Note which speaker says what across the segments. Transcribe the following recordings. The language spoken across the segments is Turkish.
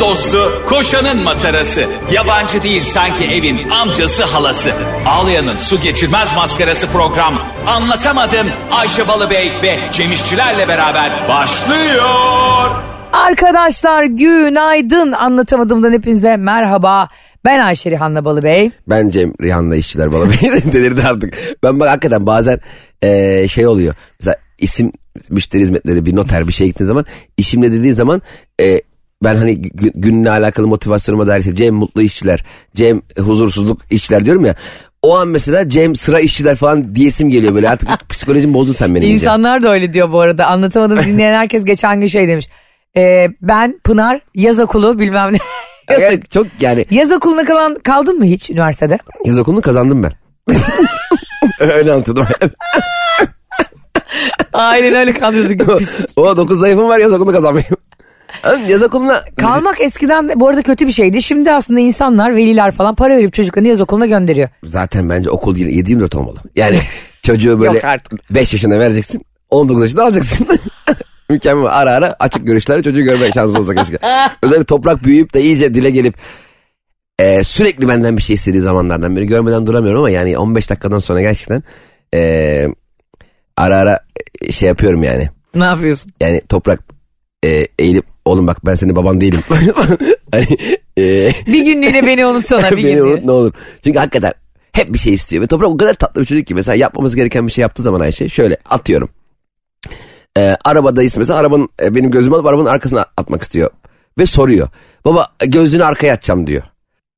Speaker 1: dostu, koşanın matarası. Yabancı değil sanki evin amcası halası. Ağlayanın su geçirmez maskarası program. Anlatamadım Ayşe Balıbey ve Cemişçilerle beraber başlıyor.
Speaker 2: Arkadaşlar günaydın anlatamadığımdan hepinize merhaba. Ben Ayşe Rihanna Balıbey.
Speaker 3: Ben Cem Rihanna işçiler bana beni de delirdi artık. Ben bak hakikaten bazen eee, şey oluyor. Mesela isim müşteri hizmetleri bir noter bir şeye gittiğin zaman işimle dediğin zaman eee, ben hani gü- günle alakalı motivasyonuma dair şey Cem mutlu işçiler, Cem huzursuzluk işçiler diyorum ya. O an mesela Cem sıra işçiler falan diyesim geliyor böyle artık psikolojim bozdun sen benim. iyice.
Speaker 2: İnsanlar da öyle diyor bu arada. Anlatamadım dinleyen herkes geçen gün şey demiş. Ee, ben Pınar yaz okulu bilmem ne.
Speaker 3: Yani çok yani
Speaker 2: yaz okuluna kalan, kaldın mı hiç üniversitede?
Speaker 3: yaz okulunu kazandım ben. Öyle anlatıyorum.
Speaker 2: Ailen öyle kaldırdı. pislik.
Speaker 3: o 9 zayıfım var yaz okulunu kazanmayayım. Lan Yaz okuluna
Speaker 2: Kalmak eskiden de bu arada kötü bir şeydi. Şimdi aslında insanlar, veliler falan para verip çocuklarını yaz okuluna gönderiyor.
Speaker 3: zaten bence okul yine 7-24 olmalı. Yani çocuğu
Speaker 2: Yok
Speaker 3: böyle
Speaker 2: artık.
Speaker 3: 5 yaşında vereceksin 19 yaşında alacaksın. Mükemmel ara ara açık görüşlerle çocuğu görmek şansımız olsa keşke. Özellikle toprak büyüyüp de iyice dile gelip e, sürekli benden bir şey istediği zamanlardan beri görmeden duramıyorum ama yani 15 dakikadan sonra gerçekten e, ara ara e, şey yapıyorum yani.
Speaker 2: Ne yapıyorsun?
Speaker 3: Yani toprak e, eğilip oğlum bak ben senin baban değilim. hani e,
Speaker 2: Bir günlüğüne beni unutsana bir
Speaker 3: Beni
Speaker 2: günlüğüne.
Speaker 3: unut ne olur. Çünkü hakikaten hep bir şey istiyor. Ve Toprak o kadar tatlı bir çocuk ki. Mesela yapmamız gereken bir şey yaptığı zaman Ayşe şöyle atıyorum. Ee, arabadayız mesela arabanın e, benim gözümü alıp arabanın arkasına atmak istiyor. Ve soruyor. Baba e, gözünü arkaya atacağım diyor.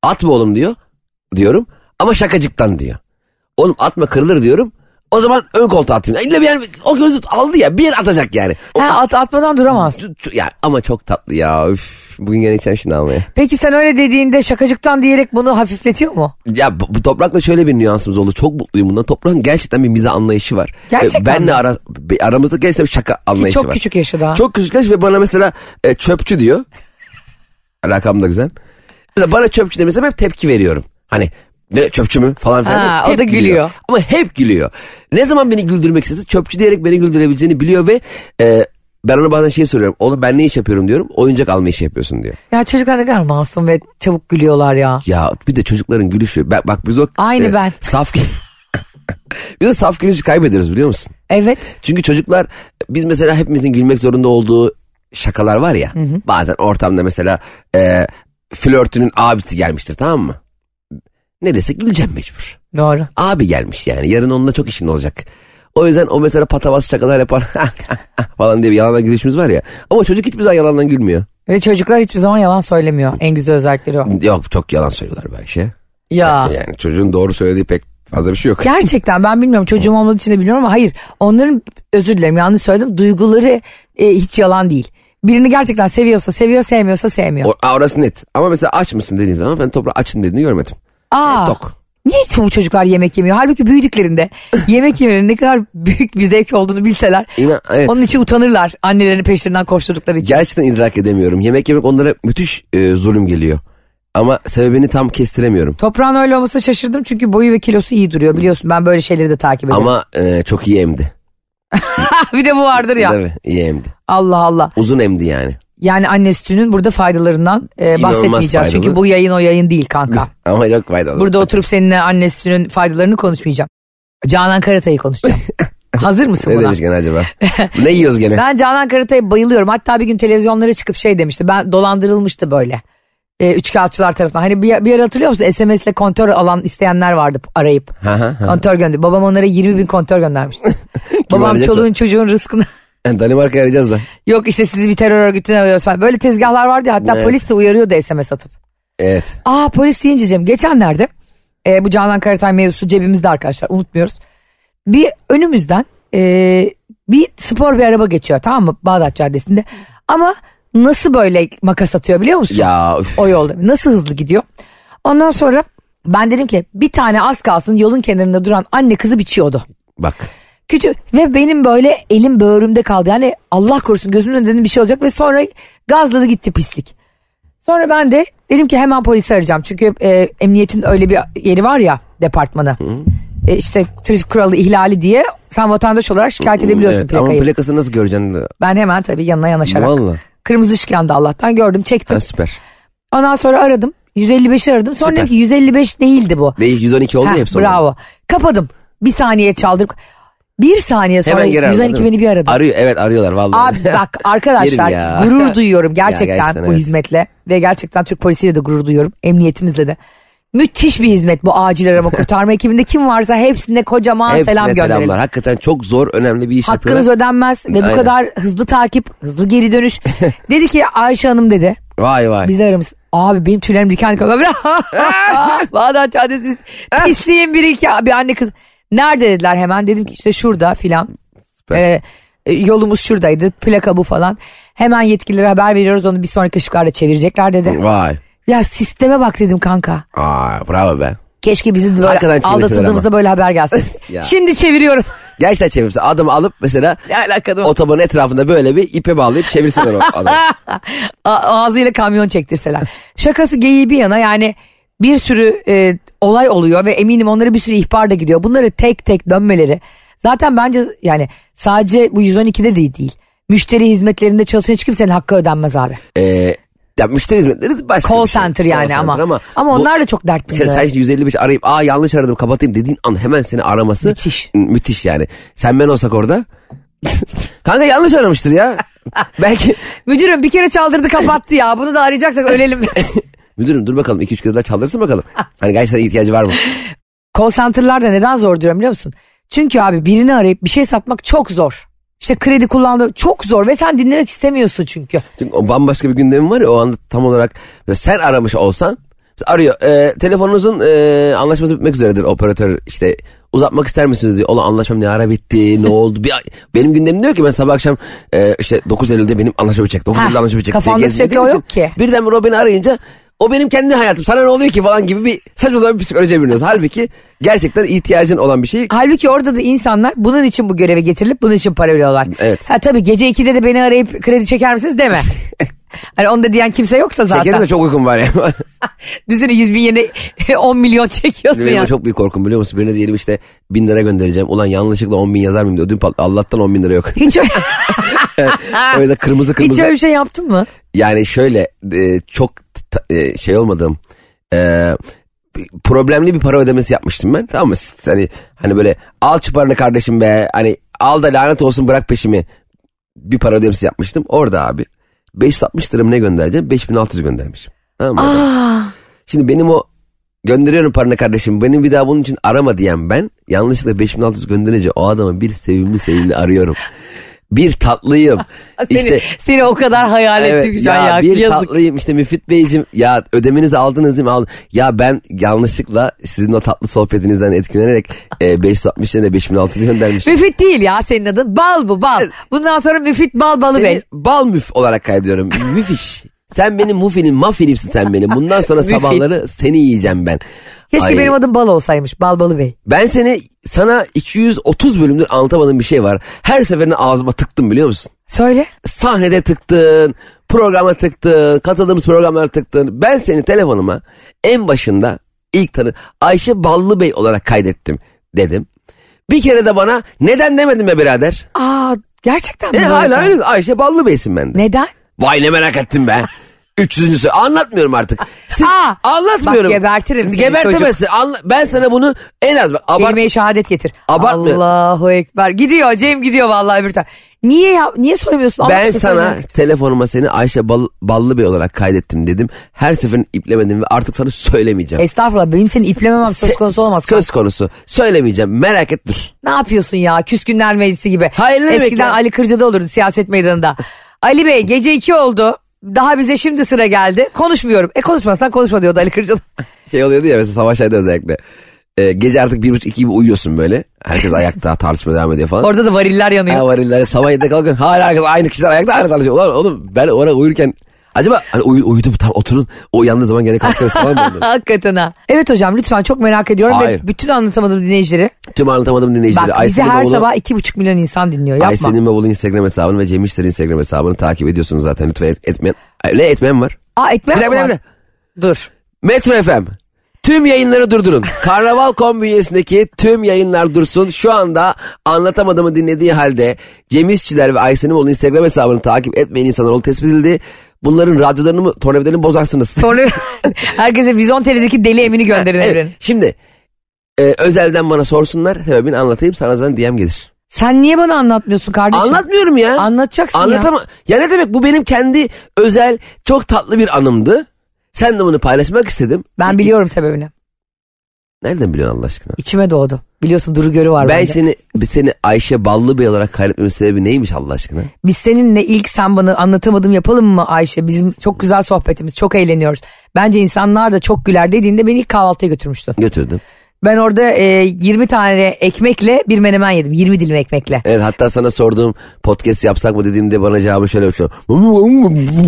Speaker 3: Atma oğlum diyor. Diyorum ama şakacıktan diyor. Oğlum atma kırılır diyorum. O zaman ön koltuğa atayım. İlla bir yer o gözü aldı ya bir yer atacak yani. O-
Speaker 2: Ha, at, atmadan duramaz.
Speaker 3: ya ama çok tatlı ya. Üf, bugün gene içeceğim şimdi almaya.
Speaker 2: Peki sen öyle dediğinde şakacıktan diyerek bunu hafifletiyor mu?
Speaker 3: Ya bu, bu toprakla şöyle bir nüansımız oldu. Çok mutluyum bundan. Toprağın gerçekten bir mize anlayışı var.
Speaker 2: Gerçekten
Speaker 3: Ee, benle
Speaker 2: mi?
Speaker 3: ara, bir- aramızda gerçekten bir şaka
Speaker 2: Ki
Speaker 3: anlayışı
Speaker 2: çok
Speaker 3: var.
Speaker 2: küçük yaşı daha.
Speaker 3: Çok küçük yaş ve bana mesela e, çöpçü diyor. Alakam da güzel. Mesela bana çöpçü demesem hep tepki veriyorum. Hani ne çöpçü mü falan filan.
Speaker 2: Ha, o
Speaker 3: Hep
Speaker 2: da gülüyor.
Speaker 3: Ama hep gülüyor. Ne zaman beni güldürmek istese çöpçü diyerek beni güldürebileceğini biliyor ve e, ben ona bazen şey soruyorum. Oğlum ben ne iş yapıyorum diyorum. Oyuncak alma işi yapıyorsun diyor.
Speaker 2: Ya çocuklar ne kadar masum ve çabuk gülüyorlar ya.
Speaker 3: Ya bir de çocukların gülüşü. Bak, bak biz o... e,
Speaker 2: Aynı ben.
Speaker 3: Saf gü- biz o saf gülüşü kaybederiz biliyor musun?
Speaker 2: Evet.
Speaker 3: Çünkü çocuklar biz mesela hepimizin gülmek zorunda olduğu şakalar var ya. Bazen ortamda mesela e, flörtünün abisi gelmiştir tamam mı? Ne desek güleceğim mecbur.
Speaker 2: Doğru.
Speaker 3: Abi gelmiş yani yarın onunla çok işin olacak. O yüzden o mesela patavas şakalar yapar falan diye bir yalandan gülüşümüz var ya. Ama çocuk hiçbir zaman yalandan gülmüyor.
Speaker 2: Ve çocuklar hiçbir zaman yalan söylemiyor. En güzel özellikleri o.
Speaker 3: Yok çok yalan söylüyorlar be Ayşe.
Speaker 2: Ya.
Speaker 3: Yani çocuğun doğru söylediği pek fazla bir şey yok.
Speaker 2: Gerçekten ben bilmiyorum çocuğum olmadığı için de bilmiyorum ama hayır onların özür dilerim yanlış söyledim duyguları e, hiç yalan değil. Birini gerçekten seviyorsa seviyor sevmiyorsa sevmiyor.
Speaker 3: O, aa, orası net. Ama mesela aç mısın dediğin zaman ben toprağı açın dediğini görmedim.
Speaker 2: Aa,
Speaker 3: Tok.
Speaker 2: niye hiç bu çocuklar yemek yemiyor? Halbuki büyüdüklerinde yemek yemenin ne kadar büyük bir zevk olduğunu bilseler
Speaker 3: İnan, evet.
Speaker 2: onun için utanırlar annelerini peşlerinden koşturdukları için.
Speaker 3: Gerçekten idrak edemiyorum. Yemek yemek onlara müthiş e, zulüm geliyor. Ama sebebini tam kestiremiyorum.
Speaker 2: Toprağın öyle olması şaşırdım çünkü boyu ve kilosu iyi duruyor biliyorsun ben böyle şeyleri de takip ediyorum.
Speaker 3: Ama e, çok iyi emdi.
Speaker 2: bir de bu vardır ya.
Speaker 3: Tabii iyi emdi.
Speaker 2: Allah Allah.
Speaker 3: Uzun emdi yani.
Speaker 2: Yani anne sütünün burada faydalarından e,
Speaker 3: İnanılmaz
Speaker 2: bahsetmeyeceğiz.
Speaker 3: faydalı.
Speaker 2: Çünkü bu yayın o yayın değil kanka.
Speaker 3: Ama yok faydalı.
Speaker 2: burada oturup seninle anne sütünün faydalarını konuşmayacağım. Canan Karatay'ı konuşacağım. Hazır mısın
Speaker 3: ne
Speaker 2: buna?
Speaker 3: demiş gene acaba? ne yiyoruz gene?
Speaker 2: Ben Canan Karatay'a bayılıyorum. Hatta bir gün televizyonlara çıkıp şey demişti. Ben dolandırılmıştı böyle. E, üçkağıtçılar tarafından. Hani bir, bir ara hatırlıyor musun? SMS'le kontör alan isteyenler vardı arayıp.
Speaker 3: Ha, ha, ha.
Speaker 2: Kontör gönder. Babam onlara 20 bin kontör göndermiş. Babam
Speaker 3: arayacaksa.
Speaker 2: çoluğun çocuğun rızkını
Speaker 3: Danimarka'ya arayacağız da.
Speaker 2: Yok işte sizi bir terör örgütüne alıyoruz falan. Böyle tezgahlar vardı ya hatta
Speaker 3: Evet.
Speaker 2: polis de uyarıyordu SMS atıp.
Speaker 3: Evet.
Speaker 2: Aa polis deyince Cem geçenlerde e, bu Canan Karatay mevzusu cebimizde arkadaşlar unutmuyoruz. Bir önümüzden e, bir spor bir araba geçiyor tamam mı Bağdat Caddesi'nde. Ama nasıl böyle makas atıyor biliyor musun?
Speaker 3: Ya üf.
Speaker 2: O yolda nasıl hızlı gidiyor. Ondan sonra ben dedim ki bir tane az kalsın yolun kenarında duran anne kızı biçiyordu.
Speaker 3: bak.
Speaker 2: Küçük ve benim böyle elim böğrümde kaldı. Yani Allah korusun gözümün önünde bir şey olacak ve sonra gazladı gitti pislik. Sonra ben de dedim ki hemen polisi arayacağım. Çünkü e, emniyetin öyle bir yeri var ya departmanı. E, işte trafik kuralı ihlali diye sen vatandaş olarak şikayet edebiliyorsun
Speaker 3: Evet, ama
Speaker 2: plakayı.
Speaker 3: plakası nasıl göreceksin?
Speaker 2: ben hemen tabii yanına yanaşarak.
Speaker 3: Valla.
Speaker 2: Kırmızı ışık yandı Allah'tan gördüm çektim.
Speaker 3: Ha, süper.
Speaker 2: Ondan sonra aradım. 155'i aradım. Sonra
Speaker 3: Süper.
Speaker 2: dedim ki 155 değildi bu.
Speaker 3: Değil 112 oldu ya
Speaker 2: Heh,
Speaker 3: hepsi. oldu.
Speaker 2: bravo. Kapadım. Bir saniye çaldırıp. Bir saniye sonra
Speaker 3: Hemen geri aradı,
Speaker 2: 112
Speaker 3: değil mi?
Speaker 2: beni bir aradı.
Speaker 3: Arıyor evet arıyorlar vallahi.
Speaker 2: Abi bak
Speaker 3: Yerim ya.
Speaker 2: arkadaşlar gurur duyuyorum gerçekten,
Speaker 3: Ya gerçekten,
Speaker 2: bu
Speaker 3: evet.
Speaker 2: hizmetle ve gerçekten Türk polisiyle de gurur duyuyorum emniyetimizle de. Müthiş bir hizmet bu acil arama kurtarma ekibinde kim varsa hepsine kocaman
Speaker 3: Hepsine
Speaker 2: selam gönderelim.
Speaker 3: selamlar. Hakikaten çok zor önemli bir iş
Speaker 2: Hakkınız
Speaker 3: yapıyorlar.
Speaker 2: ödenmez ve bu
Speaker 3: Aynen.
Speaker 2: kadar hızlı takip, hızlı geri dönüş. dedi ki Ayşe Hanım dedi
Speaker 3: Vay vay.
Speaker 2: bizler aramız. Abi benim tüylerim diken diken. Ben- Bağdat Caddesi'nin pisliğin biri iki bir anne kız. Nerede dediler hemen. Dedim ki işte şurada filan.
Speaker 3: Süper.
Speaker 2: Ee, e, yolumuz şuradaydı. Plaka bu falan. Hemen yetkililere haber veriyoruz. Onu bir sonraki ışıklarda çevirecekler dedi.
Speaker 3: Vay.
Speaker 2: Ya sisteme bak dedim kanka.
Speaker 3: Aa, bravo be.
Speaker 2: Keşke bizi de
Speaker 3: Arkadan
Speaker 2: böyle
Speaker 3: çevirseler
Speaker 2: aldatıldığımızda böyle haber gelsin.
Speaker 3: Ya.
Speaker 2: Şimdi çeviriyorum.
Speaker 3: Gerçekten çevirse adamı alıp mesela
Speaker 2: ne alakalı var?
Speaker 3: otobanın etrafında böyle bir ipe bağlayıp çevirseler o adamı.
Speaker 2: A- ağzıyla kamyon çektirseler. Şakası geyiği bir yana yani bir sürü e, olay oluyor ve eminim onlara bir sürü ihbar da gidiyor. Bunları tek tek dönmeleri zaten bence yani sadece bu 112'de değil değil. Müşteri hizmetlerinde çalışan hiç kimsenin hakkı ödenmez abi.
Speaker 3: Ee, ya müşteri hizmetleri başka
Speaker 2: Call
Speaker 3: bir şey.
Speaker 2: center yani
Speaker 3: Call
Speaker 2: ama.
Speaker 3: center
Speaker 2: Ama,
Speaker 3: bu- Şey,
Speaker 2: onlar da çok dertli.
Speaker 3: Sen, sen şimdi 155 arayıp aa yanlış aradım kapatayım dediğin an hemen seni araması
Speaker 2: Müthiş.
Speaker 3: M- müthiş yani. Sen ben olsak orada kanka yanlış aramıştır ya. Belki
Speaker 2: Müdürüm bir kere çaldırdı kapattı ya. Bunu da arayacaksak ölelim.
Speaker 3: müdürüm dur bakalım 2-3 kez daha çaldırsın bakalım. Hani gerçekten ihtiyacı var mı?
Speaker 2: Call center'larda neden zor diyorum biliyor musun? Çünkü abi birini arayıp bir şey satmak çok zor. İşte kredi kullandı çok zor ve sen dinlemek istemiyorsun çünkü.
Speaker 3: Çünkü o bambaşka bir gündemim var ya o anda tam olarak mesela sen aramış olsan mesela arıyor e, telefonunuzun e, anlaşması bitmek üzeredir operatör işte uzatmak ister misiniz diyor. Ulan anlaşmam ne ara bitti ne oldu bir ay- benim gündemim diyor ki ben sabah akşam e, işte 9 Eylül'de benim anlaşma bitecek 9
Speaker 2: Ha,
Speaker 3: Eylül'de anlaşma bitecek
Speaker 2: kafanda
Speaker 3: gezdiğim
Speaker 2: sürekli o
Speaker 3: için
Speaker 2: yok ki.
Speaker 3: Birden o beni arayınca o benim kendi hayatım sana ne oluyor ki falan gibi bir saçma sapan bir psikolojiye bürünüyorsun. Halbuki gerçekten ihtiyacın olan bir şey
Speaker 2: Halbuki orada da insanlar bunun için bu göreve getirilip bunun için para veriyorlar.
Speaker 3: Evet.
Speaker 2: Ha tabii gece 2'de de beni arayıp kredi çeker misiniz deme. hani onu da diyen kimse yoksa zaten.
Speaker 3: Şekerim de çok uykum var ya.
Speaker 2: Düşünün 100 bin yerine 10 milyon çekiyorsun
Speaker 3: Benim
Speaker 2: ya.
Speaker 3: o çok büyük korkum biliyor musun? Birine diyelim işte bin lira göndereceğim. Ulan yanlışlıkla on bin yazar mıyım diyor. Ödüm patladı. Allah'tan on bin lira yok.
Speaker 2: Hiç, ö-
Speaker 3: o yüzden kırmızı
Speaker 2: hiç
Speaker 3: kırmızı.
Speaker 2: öyle bir şey yaptın mı?
Speaker 3: Yani şöyle e, çok t- e, şey olmadım. E, bir- problemli bir para ödemesi yapmıştım ben. Tamam mı? S- Hani, hani böyle al çıparını kardeşim be. Hani al da lanet olsun bırak peşimi. Bir para ödemesi yapmıştım. Orada abi 560 lira mı ne göndereceğim? 5600 göndermişim. Tamam mı?
Speaker 2: Aa,
Speaker 3: Şimdi benim o gönderiyorum paranı kardeşim benim bir daha bunun için arama diyen ben yanlışlıkla 5600 gönderince o adamı bir sevimli sevimli arıyorum. Bir tatlıyım.
Speaker 2: Ah, seni,
Speaker 3: işte
Speaker 2: seni o kadar hayal
Speaker 3: evet,
Speaker 2: ettim
Speaker 3: ya,
Speaker 2: Can ya.
Speaker 3: bir
Speaker 2: Yazık.
Speaker 3: tatlıyım işte Müfit Beyciğim ya ödemenizi aldınız değil mi? Aldın. Ya ben yanlışlıkla sizin o tatlı sohbetinizden etkilenerek e, 560 yerine 5600 göndermişim.
Speaker 2: Müfit değil ya senin adın. Bal bu bal. Bundan sonra Müfit Bal Balı Bey.
Speaker 3: Seni bal müf olarak kaydediyorum. Müfiş. Sen benim mufinin mafinimsin sen benim. Bundan sonra
Speaker 2: Müfit.
Speaker 3: sabahları seni yiyeceğim ben.
Speaker 2: Keşke
Speaker 3: Ay.
Speaker 2: benim adım Bal olsaymış. Bal Balı Bey.
Speaker 3: Ben seni sana 230 bölümdür anlatamadığım bir şey var. Her seferinde ağzıma tıktım biliyor musun?
Speaker 2: Söyle.
Speaker 3: Sahnede tıktın, programa tıktın, katıldığımız programlara tıktın. Ben seni telefonuma en başında ilk tanı Ayşe Ballı Bey olarak kaydettim dedim. Bir kere de bana neden demedin be birader?
Speaker 2: Aa gerçekten mi?
Speaker 3: E
Speaker 2: bu
Speaker 3: hala
Speaker 2: arada?
Speaker 3: aynı Ayşe Ballı Bey'sin ben de.
Speaker 2: Neden?
Speaker 3: Vay ne merak ettim be. Üçüncüsü anlatmıyorum artık. Siz,
Speaker 2: Aa,
Speaker 3: anlatmıyorum.
Speaker 2: bak gebertirim seni
Speaker 3: Gebertemezsin. Anla- ben sana bunu en az bak, abart-
Speaker 2: Kelime-i şehadet getir.
Speaker 3: Abartmıyor.
Speaker 2: Allahu Ekber. Gidiyor Cem gidiyor vallahi öbür tarafa. Niye ya? Niye soymuyorsun? Allah
Speaker 3: ben
Speaker 2: aşkına
Speaker 3: sana
Speaker 2: söyle.
Speaker 3: telefonuma seni Ayşe Bal- Ballı Bey olarak kaydettim dedim. Her seferin iplemedim ve artık sana söylemeyeceğim.
Speaker 2: Estağfurullah benim seni E, iplememem söz
Speaker 3: Se-
Speaker 2: konusu olamaz.
Speaker 3: Söz konusu. Söylemeyeceğim. Merak et dur.
Speaker 2: Ne yapıyorsun ya? Küskünler Meclisi gibi.
Speaker 3: Hayır, ne demek
Speaker 2: Eskiden
Speaker 3: ya?
Speaker 2: Ali Kırca'da olurdu siyaset meydanında. Ali Bey gece iki oldu. Daha bize şimdi sıra geldi. Konuşmuyorum. E konuşmazsan konuşma diyordu Ali Kırca.
Speaker 3: Şey oluyordu ya mesela Savaş Ay'da özellikle. Ee, gece artık bir buçuk iki gibi uyuyorsun böyle. Herkes ayakta tartışma devam ediyor falan.
Speaker 2: Orada da variller yanıyor.
Speaker 3: Ha, var illa. Sabah yedide kalkıyorsun. Hala herkes aynı kişiler ayakta aynı tartışıyor. Ulan oğlum ben orada uyurken Acaba hani uyu, uyudu mu tam oturun o uyandığı zaman gene kalkarız falan mı oldu?
Speaker 2: Hakikaten ha. Evet hocam lütfen çok merak ediyorum.
Speaker 3: Hayır.
Speaker 2: Ve bütün anlatamadığım dinleyicileri.
Speaker 3: Tüm anlatamadım dinleyicileri.
Speaker 2: Bak bizi
Speaker 3: Aysel'in
Speaker 2: her
Speaker 3: oğlu-
Speaker 2: sabah iki buçuk milyon insan dinliyor. Yapma.
Speaker 3: Ayşe'nin Bavul'un Instagram hesabını ve Cem İşler'in Instagram hesabını takip ediyorsunuz zaten. Lütfen et, etmeyen... Ay, Ne etmeyen var?
Speaker 2: Aa ekmek
Speaker 3: Bir
Speaker 2: mi
Speaker 3: dakika, bir
Speaker 2: var?
Speaker 3: dakika, bir dakika.
Speaker 2: Dur.
Speaker 3: Metro FM. Tüm yayınları durdurun. Karnaval Kom bünyesindeki tüm yayınlar dursun. Şu anda anlatamadığımı dinlediği halde Cem İşçiler ve Ayşe'nin Bavul'un Instagram hesabını takip etmeyen insanlar olduğu tespit edildi. bunların radyolarını mı tornavidalarını bozarsınız.
Speaker 2: Sonra herkese Vizontele'deki deli Emin'i gönderin
Speaker 3: Evet,
Speaker 2: Evren.
Speaker 3: Şimdi e, özelden bana sorsunlar sebebini anlatayım sana zaten DM gelir.
Speaker 2: Sen niye bana anlatmıyorsun kardeşim?
Speaker 3: Anlatmıyorum ya.
Speaker 2: Anlatacaksın ya.
Speaker 3: Anlatama. Ya. ne demek bu benim kendi özel çok tatlı bir anımdı. Sen de bunu paylaşmak istedim.
Speaker 2: Ben
Speaker 3: İ-
Speaker 2: biliyorum sebebini.
Speaker 3: Nereden biliyorsun Allah aşkına?
Speaker 2: İçime doğdu. Biliyorsun Duru Görü var
Speaker 3: ben
Speaker 2: bende.
Speaker 3: seni seni Ayşe Ballı Bey olarak kaydetmemin sebebi neymiş Allah aşkına?
Speaker 2: Biz seninle ilk sen bana anlatamadım yapalım mı Ayşe? Bizim çok güzel sohbetimiz, çok eğleniyoruz. Bence insanlar da çok güler dediğinde beni ilk kahvaltıya götürmüştün.
Speaker 3: Götürdüm.
Speaker 2: Ben orada e, 20 tane ekmekle bir menemen yedim. 20 dilim ekmekle.
Speaker 3: Evet hatta sana sorduğum podcast yapsak mı dediğimde bana cevabı şöyle bir şey.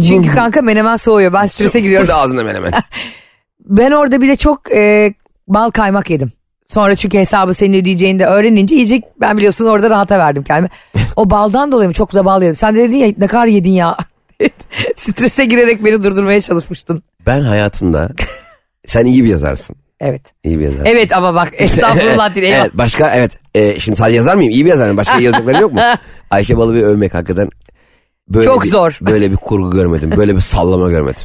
Speaker 2: Çünkü kanka menemen soğuyor. Ben strese giriyorum.
Speaker 3: Burada ağzına menemen.
Speaker 2: Ben orada bir de çok e, bal kaymak yedim. Sonra çünkü hesabı senin ödeyeceğini de öğrenince yiyecek. Ben biliyorsun orada rahata verdim kendime. O baldan dolayı mı? Çok da bal yedim. Sen de dedin ya ne kadar yedin ya. Strese girerek beni durdurmaya çalışmıştın.
Speaker 3: ben hayatımda sen iyi bir yazarsın.
Speaker 2: Evet.
Speaker 3: İyi bir yazarsın.
Speaker 2: Evet ama bak estağfurullah değil. eyvah.
Speaker 3: Evet başka evet Ee, şimdi sadece yazar mıyım? İyi bir yazarım. Başka yazdıkları yok mu? Ayşe Balıbey'i övmek hakikaten böyle
Speaker 2: Çok
Speaker 3: bir,
Speaker 2: zor.
Speaker 3: Böyle bir kurgu görmedim. Böyle bir sallama görmedim.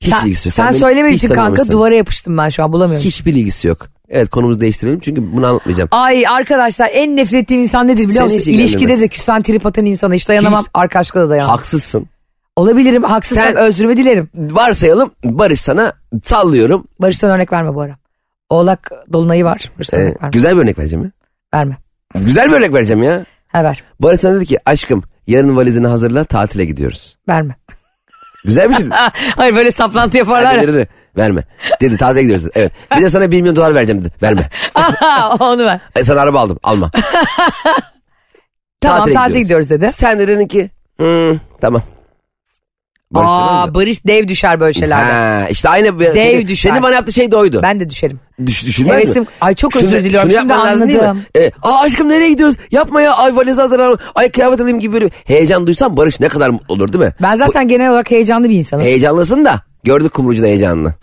Speaker 3: Hiç
Speaker 2: sen,
Speaker 3: ilgisi yok.
Speaker 2: sen
Speaker 3: beni
Speaker 2: söylemediğin
Speaker 3: hiç
Speaker 2: için kanka
Speaker 3: tanımamışsın.
Speaker 2: duvara yapıştım ben şu an bulamıyorum.
Speaker 3: Hiçbir ilgisi yok. Evet konumuzu değiştirelim çünkü bunu anlatmayacağım.
Speaker 2: Ay arkadaşlar en nefret ettiğim insan nedir biliyor
Speaker 3: Seni
Speaker 2: musun?
Speaker 3: hiç
Speaker 2: İlişkide
Speaker 3: ilgilendirmez.
Speaker 2: de küsen trip atan insana hiç dayanamam.
Speaker 3: Hiç.
Speaker 2: Arkadaşlıkla da dayanamam.
Speaker 3: Haksızsın.
Speaker 2: Olabilirim haksızsam
Speaker 3: Sen-
Speaker 2: özrümü dilerim.
Speaker 3: Varsayalım Barış sana sallıyorum.
Speaker 2: Barış'tan örnek verme bu ara. Oğlak dolunayı var. Barış'tan
Speaker 3: Ee,
Speaker 2: örnek verme.
Speaker 3: güzel bir örnek vereceğim ya.
Speaker 2: verme.
Speaker 3: Güzel bir örnek vereceğim ya.
Speaker 2: Ha ver.
Speaker 3: Barış sana dedi ki aşkım yarın valizini hazırla tatile gidiyoruz.
Speaker 2: Verme.
Speaker 3: Güzel bir şey.
Speaker 2: Hayır böyle saplantı yaparlar
Speaker 3: Anne
Speaker 2: ya.
Speaker 3: dedi, dedi, verme. Dedi tatile gidiyoruz. dedi. Evet. Bir de sana 1 milyon dolar vereceğim dedi. Verme.
Speaker 2: Onu ver.
Speaker 3: Ay, sana E, araba aldım. Alma.
Speaker 2: Tamam
Speaker 3: Tatile
Speaker 2: tatile, gidiyoruz. dedi.
Speaker 3: Sen de dedin ki "Hmm, tamam. Barış
Speaker 2: Aa
Speaker 3: demedi mi?
Speaker 2: Barış dev düşer böyle şeylerde.
Speaker 3: Ha, işte aynı. Dev
Speaker 2: düşer.
Speaker 3: Senin bana yaptığı şey de oydu.
Speaker 2: Ben de düşerim.
Speaker 3: Düş, düşünmez mi?
Speaker 2: Hevesim. Ay çok özür
Speaker 3: Şunu-
Speaker 2: diliyorum.
Speaker 3: şunu
Speaker 2: Şimdi
Speaker 3: yapman lazım değil mi?
Speaker 2: anladım.
Speaker 3: E, Aa aşkım nereye gidiyoruz? Yapma ya. Ay valizi hazırlanalım. Ay kıyafet alayım gibi böyle bir heyecan duysam Barış ne kadar mutlu olur değil mi?
Speaker 2: Ben zaten genel olarak heyecanlı bir insanım.
Speaker 3: Heyecanlısın da gördük kumrucuda heyecanını.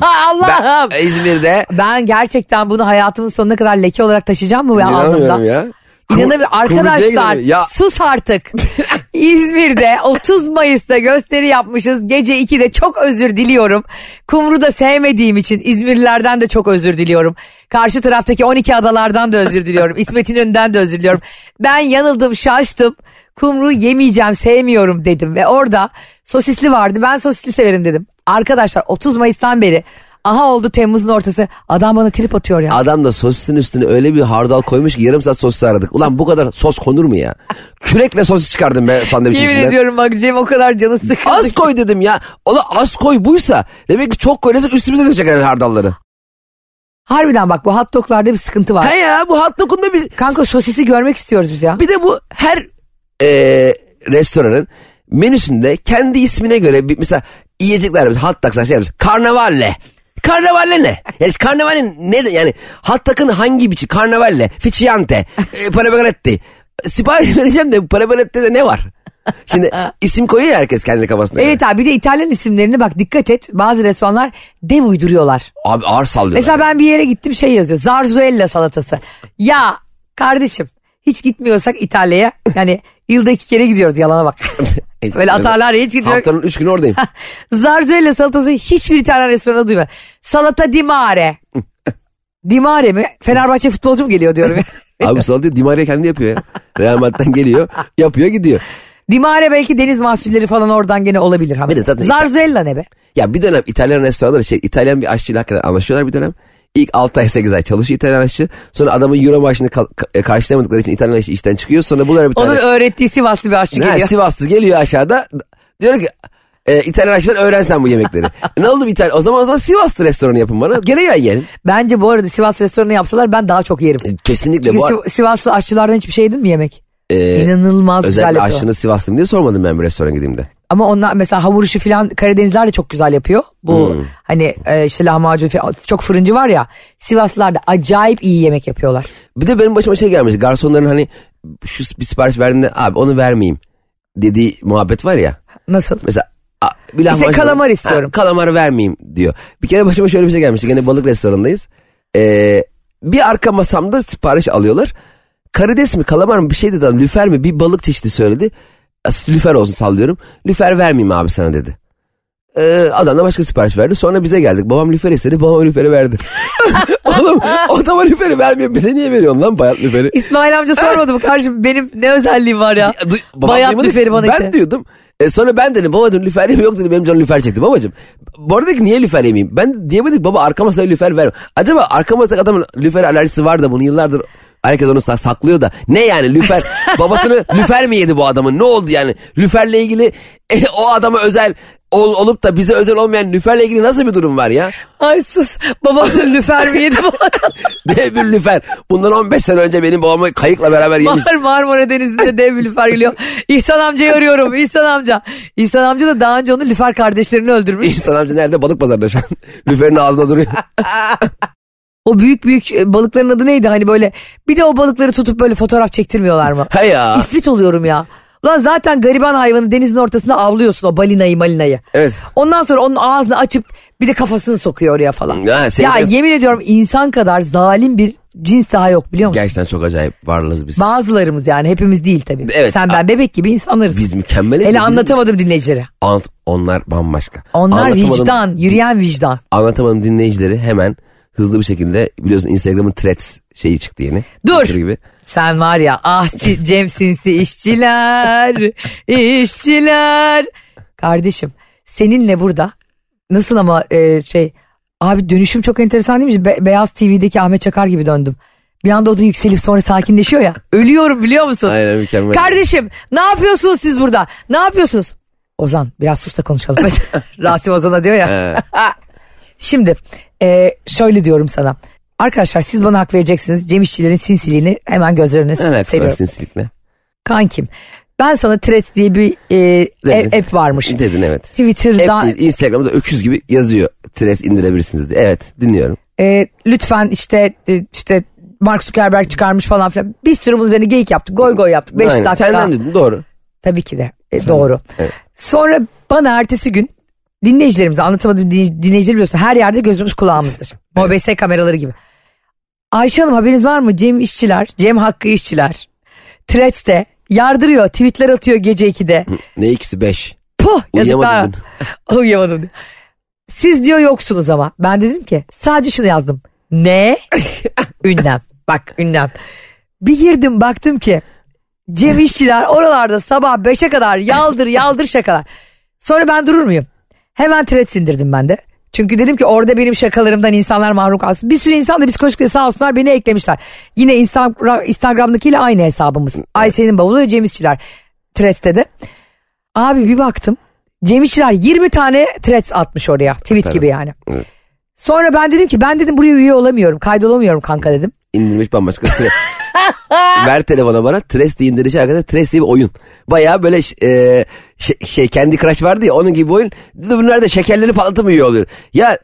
Speaker 2: Allah'ım.
Speaker 3: ben İzmir'de
Speaker 2: Ben gerçekten bunu hayatımın sonuna kadar leke olarak taşıyacağım mı bu
Speaker 3: inanamıyorum
Speaker 2: anlamda?
Speaker 3: ya.
Speaker 2: İnanamıyorum.
Speaker 3: Kum- kumrucuya
Speaker 2: Arkadaşlar
Speaker 3: gidelim. Ya
Speaker 2: sus artık. İzmir'de 30 Mayıs'ta gösteri yapmışız. Gece 2'de çok özür diliyorum. Kumru da sevmediğim için İzmirlilerden de çok özür diliyorum. Karşı taraftaki 12 adalardan da özür diliyorum. İsmet İnönü'nden de özür diliyorum. Ben yanıldım şaştım. Kumru yemeyeceğim sevmiyorum dedim. Ve orada sosisli vardı ben sosisli severim dedim. Arkadaşlar 30 Mayıs'tan beri aha oldu Temmuz'un ortası. Adam bana trip atıyor ya.
Speaker 3: Adam da sosisin üstüne öyle bir hardal koymuş ki yarım saat sosis aradık. Ulan bu kadar sos konur mu ya? Kürekle sosis çıkardım ben sandviç
Speaker 2: Yemin
Speaker 3: içinden.
Speaker 2: ediyorum bak Cem o kadar canı sıkıldı.
Speaker 3: Az
Speaker 2: ki.
Speaker 3: koy dedim ya. Ola az koy buysa demek ki çok koyarsak üstümüze dökecek herhalde hardalları.
Speaker 2: Harbiden bak bu hot doglarda bir sıkıntı var.
Speaker 3: He ya bu hot dog'unda bir
Speaker 2: Kanka sosisi görmek istiyoruz biz ya.
Speaker 3: Bir de bu her e, restoranın menüsünde kendi ismine göre bir, mesela yiyecekler mesela hot dog şey yapmış. Karnavalle. Karnavalle ne? Yani karnavalle ne? de- Yani hot dog'ın hangi biçi? Karnavalle, ficiante, e, parabaretti. Sipariş vereceğim de parabaretti de ne var? Şimdi isim koyuyor ya herkes kendi kafasına göre.
Speaker 2: Evet abi bir de İtalyan isimlerini bak dikkat et bazı restoranlar dev uyduruyorlar.
Speaker 3: Abi ağır sallıyorlar.
Speaker 2: Mesela ben bir yere gittim şey yazıyor zarzuella salatası. Ya kardeşim hiç gitmiyorsak İtalya'ya yani yılda iki kere gidiyoruz yalana bak.
Speaker 3: E,
Speaker 2: Böyle atarlar ya, hiç gitmiyor.
Speaker 3: Haftanın üç günü oradayım.
Speaker 2: Zarzuella salatası hiçbir İtalyan restoranda duyma. Salata di mare. Di mare mi? Fenerbahçe futbolcu mu geliyor diyorum ya.
Speaker 3: Abi bu salatayı Di Maria kendi yapıyor ya. Real Madrid'den geliyor yapıyor gidiyor.
Speaker 2: Di mare belki deniz mahsulleri falan oradan gene olabilir.
Speaker 3: Bir de zaten-
Speaker 2: Zarzuella ne be?
Speaker 3: Ya bir dönem İtalyan restoranları şey İtalyan bir aşçıyla hakikaten anlaşıyorlar bir dönem. İlk 6 ay 8 ay çalışıyor İtalyan aşçı. Sonra adamın euro maaşını ka- ka- e, karşılayamadıkları için İtalyan aşçı işten çıkıyor. Sonra bunlara bir
Speaker 2: Onun
Speaker 3: tane
Speaker 2: öğrettiği Sivaslı bir aşçı
Speaker 3: ha,
Speaker 2: geliyor.
Speaker 3: Sivaslı geliyor aşağıda. Diyor ki e, İtalyan aşçılar öğrensen bu yemekleri. E, ne oldu İtalyan? O zaman o zaman Sivaslı restoranı yapın bana. Gene yan yerim.
Speaker 2: Bence bu arada Sivas restoranı yapsalar ben daha çok yerim.
Speaker 3: E, Kesinlikle
Speaker 2: Çünkü
Speaker 3: bu ar-
Speaker 2: Siv- Sivaslı aşçılardan hiçbir şey yedin mi yemek?
Speaker 3: e,
Speaker 2: İnanılmaz güzel
Speaker 3: özellikle
Speaker 2: yapıyor.
Speaker 3: aşçının Sivaslı mı diye sormadım ben bir restorana gideyim de.
Speaker 2: Ama onlar mesela hamur işi falan Karadenizler de çok güzel yapıyor. Bu
Speaker 3: Hmm.
Speaker 2: hani e, işte lahmacun falan çok fırıncı var ya Sivaslılar da acayip iyi yemek yapıyorlar.
Speaker 3: Bir de benim başıma şey gelmiş. Garsonların hani şu bir sipariş verdiğinde abi onu vermeyeyim dediği muhabbet var ya.
Speaker 2: Nasıl?
Speaker 3: Mesela a, bir lahmacun-
Speaker 2: kalamar istiyorum.
Speaker 3: Ha, kalamar vermeyeyim diyor. Bir kere başıma şöyle bir şey gelmişti. Gene balık restoranındayız. Ee, bir arka masamda sipariş alıyorlar. Karides mi kalamar mı bir şey dedi adam. Lüfer mi bir balık çeşidi söyledi. As- Lüfer olsun sallıyorum. Lüfer vermeyeyim abi sana dedi. Ee, adam da başka sipariş verdi. Sonra bize geldik. Babam lüfer istedi. Babam lüferi verdi. Oğlum adama lüferi vermiyor. Bize niye veriyorsun lan bayat lüferi?
Speaker 2: İsmail amca sormadı mı kardeşim benim ne özelliğim var ya?
Speaker 3: Ya, duy- babam
Speaker 2: Bayat
Speaker 3: duymadı ki.
Speaker 2: lüferi bana
Speaker 3: Ben
Speaker 2: işte.
Speaker 3: diyordum. E, sonra ben dedim baba dedim lüfer yemi yok dedim benim canım lüfer çekti babacım. Bu arada ki niye lüfer yemeyeyim? Ben diyemedim ki, baba arka masaya lüfer ver. Acaba arka masada adamın lüfer alerjisi var da bunu yıllardır herkes onu sa- saklıyor da. Ne yani lüfer babasını lüfer mi yedi bu adamın ne oldu yani? Lüferle ilgili e, o adama özel ol- olup da bize özel olmayan lüferle ilgili nasıl bir durum var ya?
Speaker 2: Ay sus babası lüfer mi yedi bu adam?
Speaker 3: Dev bir lüfer. Bundan 15 sene önce benim babamı kayıkla beraber yemiş.
Speaker 2: Mar Marmara Denizi'nde dev bir lüfer geliyor. İhsan amcayı arıyorum İhsan amca. İhsan amca da daha önce onun lüfer kardeşlerini öldürmüş.
Speaker 3: İhsan amca nerede? Balık pazarında şu an. Lüferin ağzında duruyor.
Speaker 2: O büyük büyük e, balıkların adı neydi hani böyle bir de o balıkları tutup böyle fotoğraf çektirmiyorlar mı?
Speaker 3: He ya.
Speaker 2: İfrit oluyorum ya. Ulan zaten gariban hayvanı denizin ortasında avlıyorsun o balinayı malinayı.
Speaker 3: Evet.
Speaker 2: Ondan sonra onun ağzını açıp bir de kafasını sokuyor oraya falan.
Speaker 3: Ya, seni
Speaker 2: ya
Speaker 3: biraz-
Speaker 2: yemin ediyorum insan kadar zalim bir cins daha yok biliyor musun?
Speaker 3: Gerçekten çok acayip varlığız biz.
Speaker 2: Bazılarımız yani hepimiz değil tabii.
Speaker 3: Evet.
Speaker 2: Sen ben bebek gibi insanlarız.
Speaker 3: Biz mükemmeliz.
Speaker 2: Hele
Speaker 3: Bizim-
Speaker 2: anlatamadım dinleyicilere.
Speaker 3: An- onlar bambaşka.
Speaker 2: Onlar
Speaker 3: Anlatamadım-
Speaker 2: vicdan, yürüyen vicdan.
Speaker 3: Anlatamadım dinleyicileri hemen hızlı bir şekilde biliyorsun Instagram'ın threads şeyi çıktı yeni.
Speaker 2: Dur.
Speaker 3: Twitter gibi.
Speaker 2: Sen var ya ah si- Cem Sinsi işçiler, işçiler. Kardeşim seninle burada nasıl ama e, şey abi dönüşüm çok enteresan değil mi? Be- Beyaz TV'deki Ahmet Çakar gibi döndüm. Bir anda o da yükselip sonra sakinleşiyor ya. Ölüyorum biliyor musun?
Speaker 3: Aynen mükemmel.
Speaker 2: Kardeşim ne yapıyorsunuz siz burada? Ne yapıyorsunuz? Ozan biraz sus da konuşalım. Rasim Ozan'a diyor
Speaker 3: Ee,
Speaker 2: ya. Şimdi e, şöyle diyorum sana. Arkadaşlar siz bana hak vereceksiniz. Cem İşçilerin sinsiliğini hemen göz önüne
Speaker 3: Ne alakası var
Speaker 2: seriyorum.
Speaker 3: sinsilikle?
Speaker 2: Kankim ben sana Threads diye bir e,
Speaker 3: Dedin.
Speaker 2: app varmış.
Speaker 3: Dedin evet. Hep
Speaker 2: Twitter'da
Speaker 3: değil, Instagram'da öküz gibi yazıyor. Threads indirebilirsiniz diye. Evet dinliyorum.
Speaker 2: e, lütfen işte e, işte Mark Zuckerberg çıkarmış falan filan. Bir sürü bunun üzerine geyik yaptık. Goy goy yaptık. 5
Speaker 3: Aynen.
Speaker 2: dakika.
Speaker 3: Senden duydum doğru.
Speaker 2: Tabii ki de. E, doğru.
Speaker 3: Evet.
Speaker 2: Sonra bana ertesi gün dinleyicilerimize anlatamadım dinley- dinleyiciler biliyorsun her yerde gözümüz kulağımızdır. MOBS kameraları gibi. Ayşe Hanım haberiniz var mı? Cem İşçiler, Cem Hakkı İşçiler. Threads'te yardırıyor, tweetler atıyor gece 2'de.
Speaker 3: Ne ikisi beş.
Speaker 2: Puh yazıklar.
Speaker 3: Uyuyamadım
Speaker 2: Uyuyamadım. diyor. Siz diyor yoksunuz ama. Ben dedim ki sadece şunu yazdım. Ne? ünlem. Bak ünlem. Bir girdim baktım ki Cem İşçiler oralarda sabah 5'e kadar yaldır yaldır şakalar. Sonra ben durur muyum? Hemen thread sindirdim ben de. Çünkü dedim ki orada benim şakalarımdan insanlar mahrum kalsın. Bir sürü insan da psikolojik ve sağ olsunlar beni eklemişler. Yine Instagram, Instagram'dakiyle aynı hesabımız. Ayşe'nin bavulu ve Cem İşçiler. Threads'te de. Abi bir baktım. Cem İşçiler 20 tane threads atmış oraya. Tweet gibi yani.
Speaker 3: Evet.
Speaker 2: Sonra ben dedim ki ben dedim buraya üye olamıyorum. Kaydolamıyorum kanka dedim.
Speaker 3: İndirmiş bambaşka. Tre- Ver telefona bana. Tres diye indirişi arkadaşlar. Tres diye bir oyun. Baya böyle ş- e, şey, şey kendi crush vardı ya onun gibi bir oyun. Bunlar da şekerleri patlatıp yiyor oluyor. Ya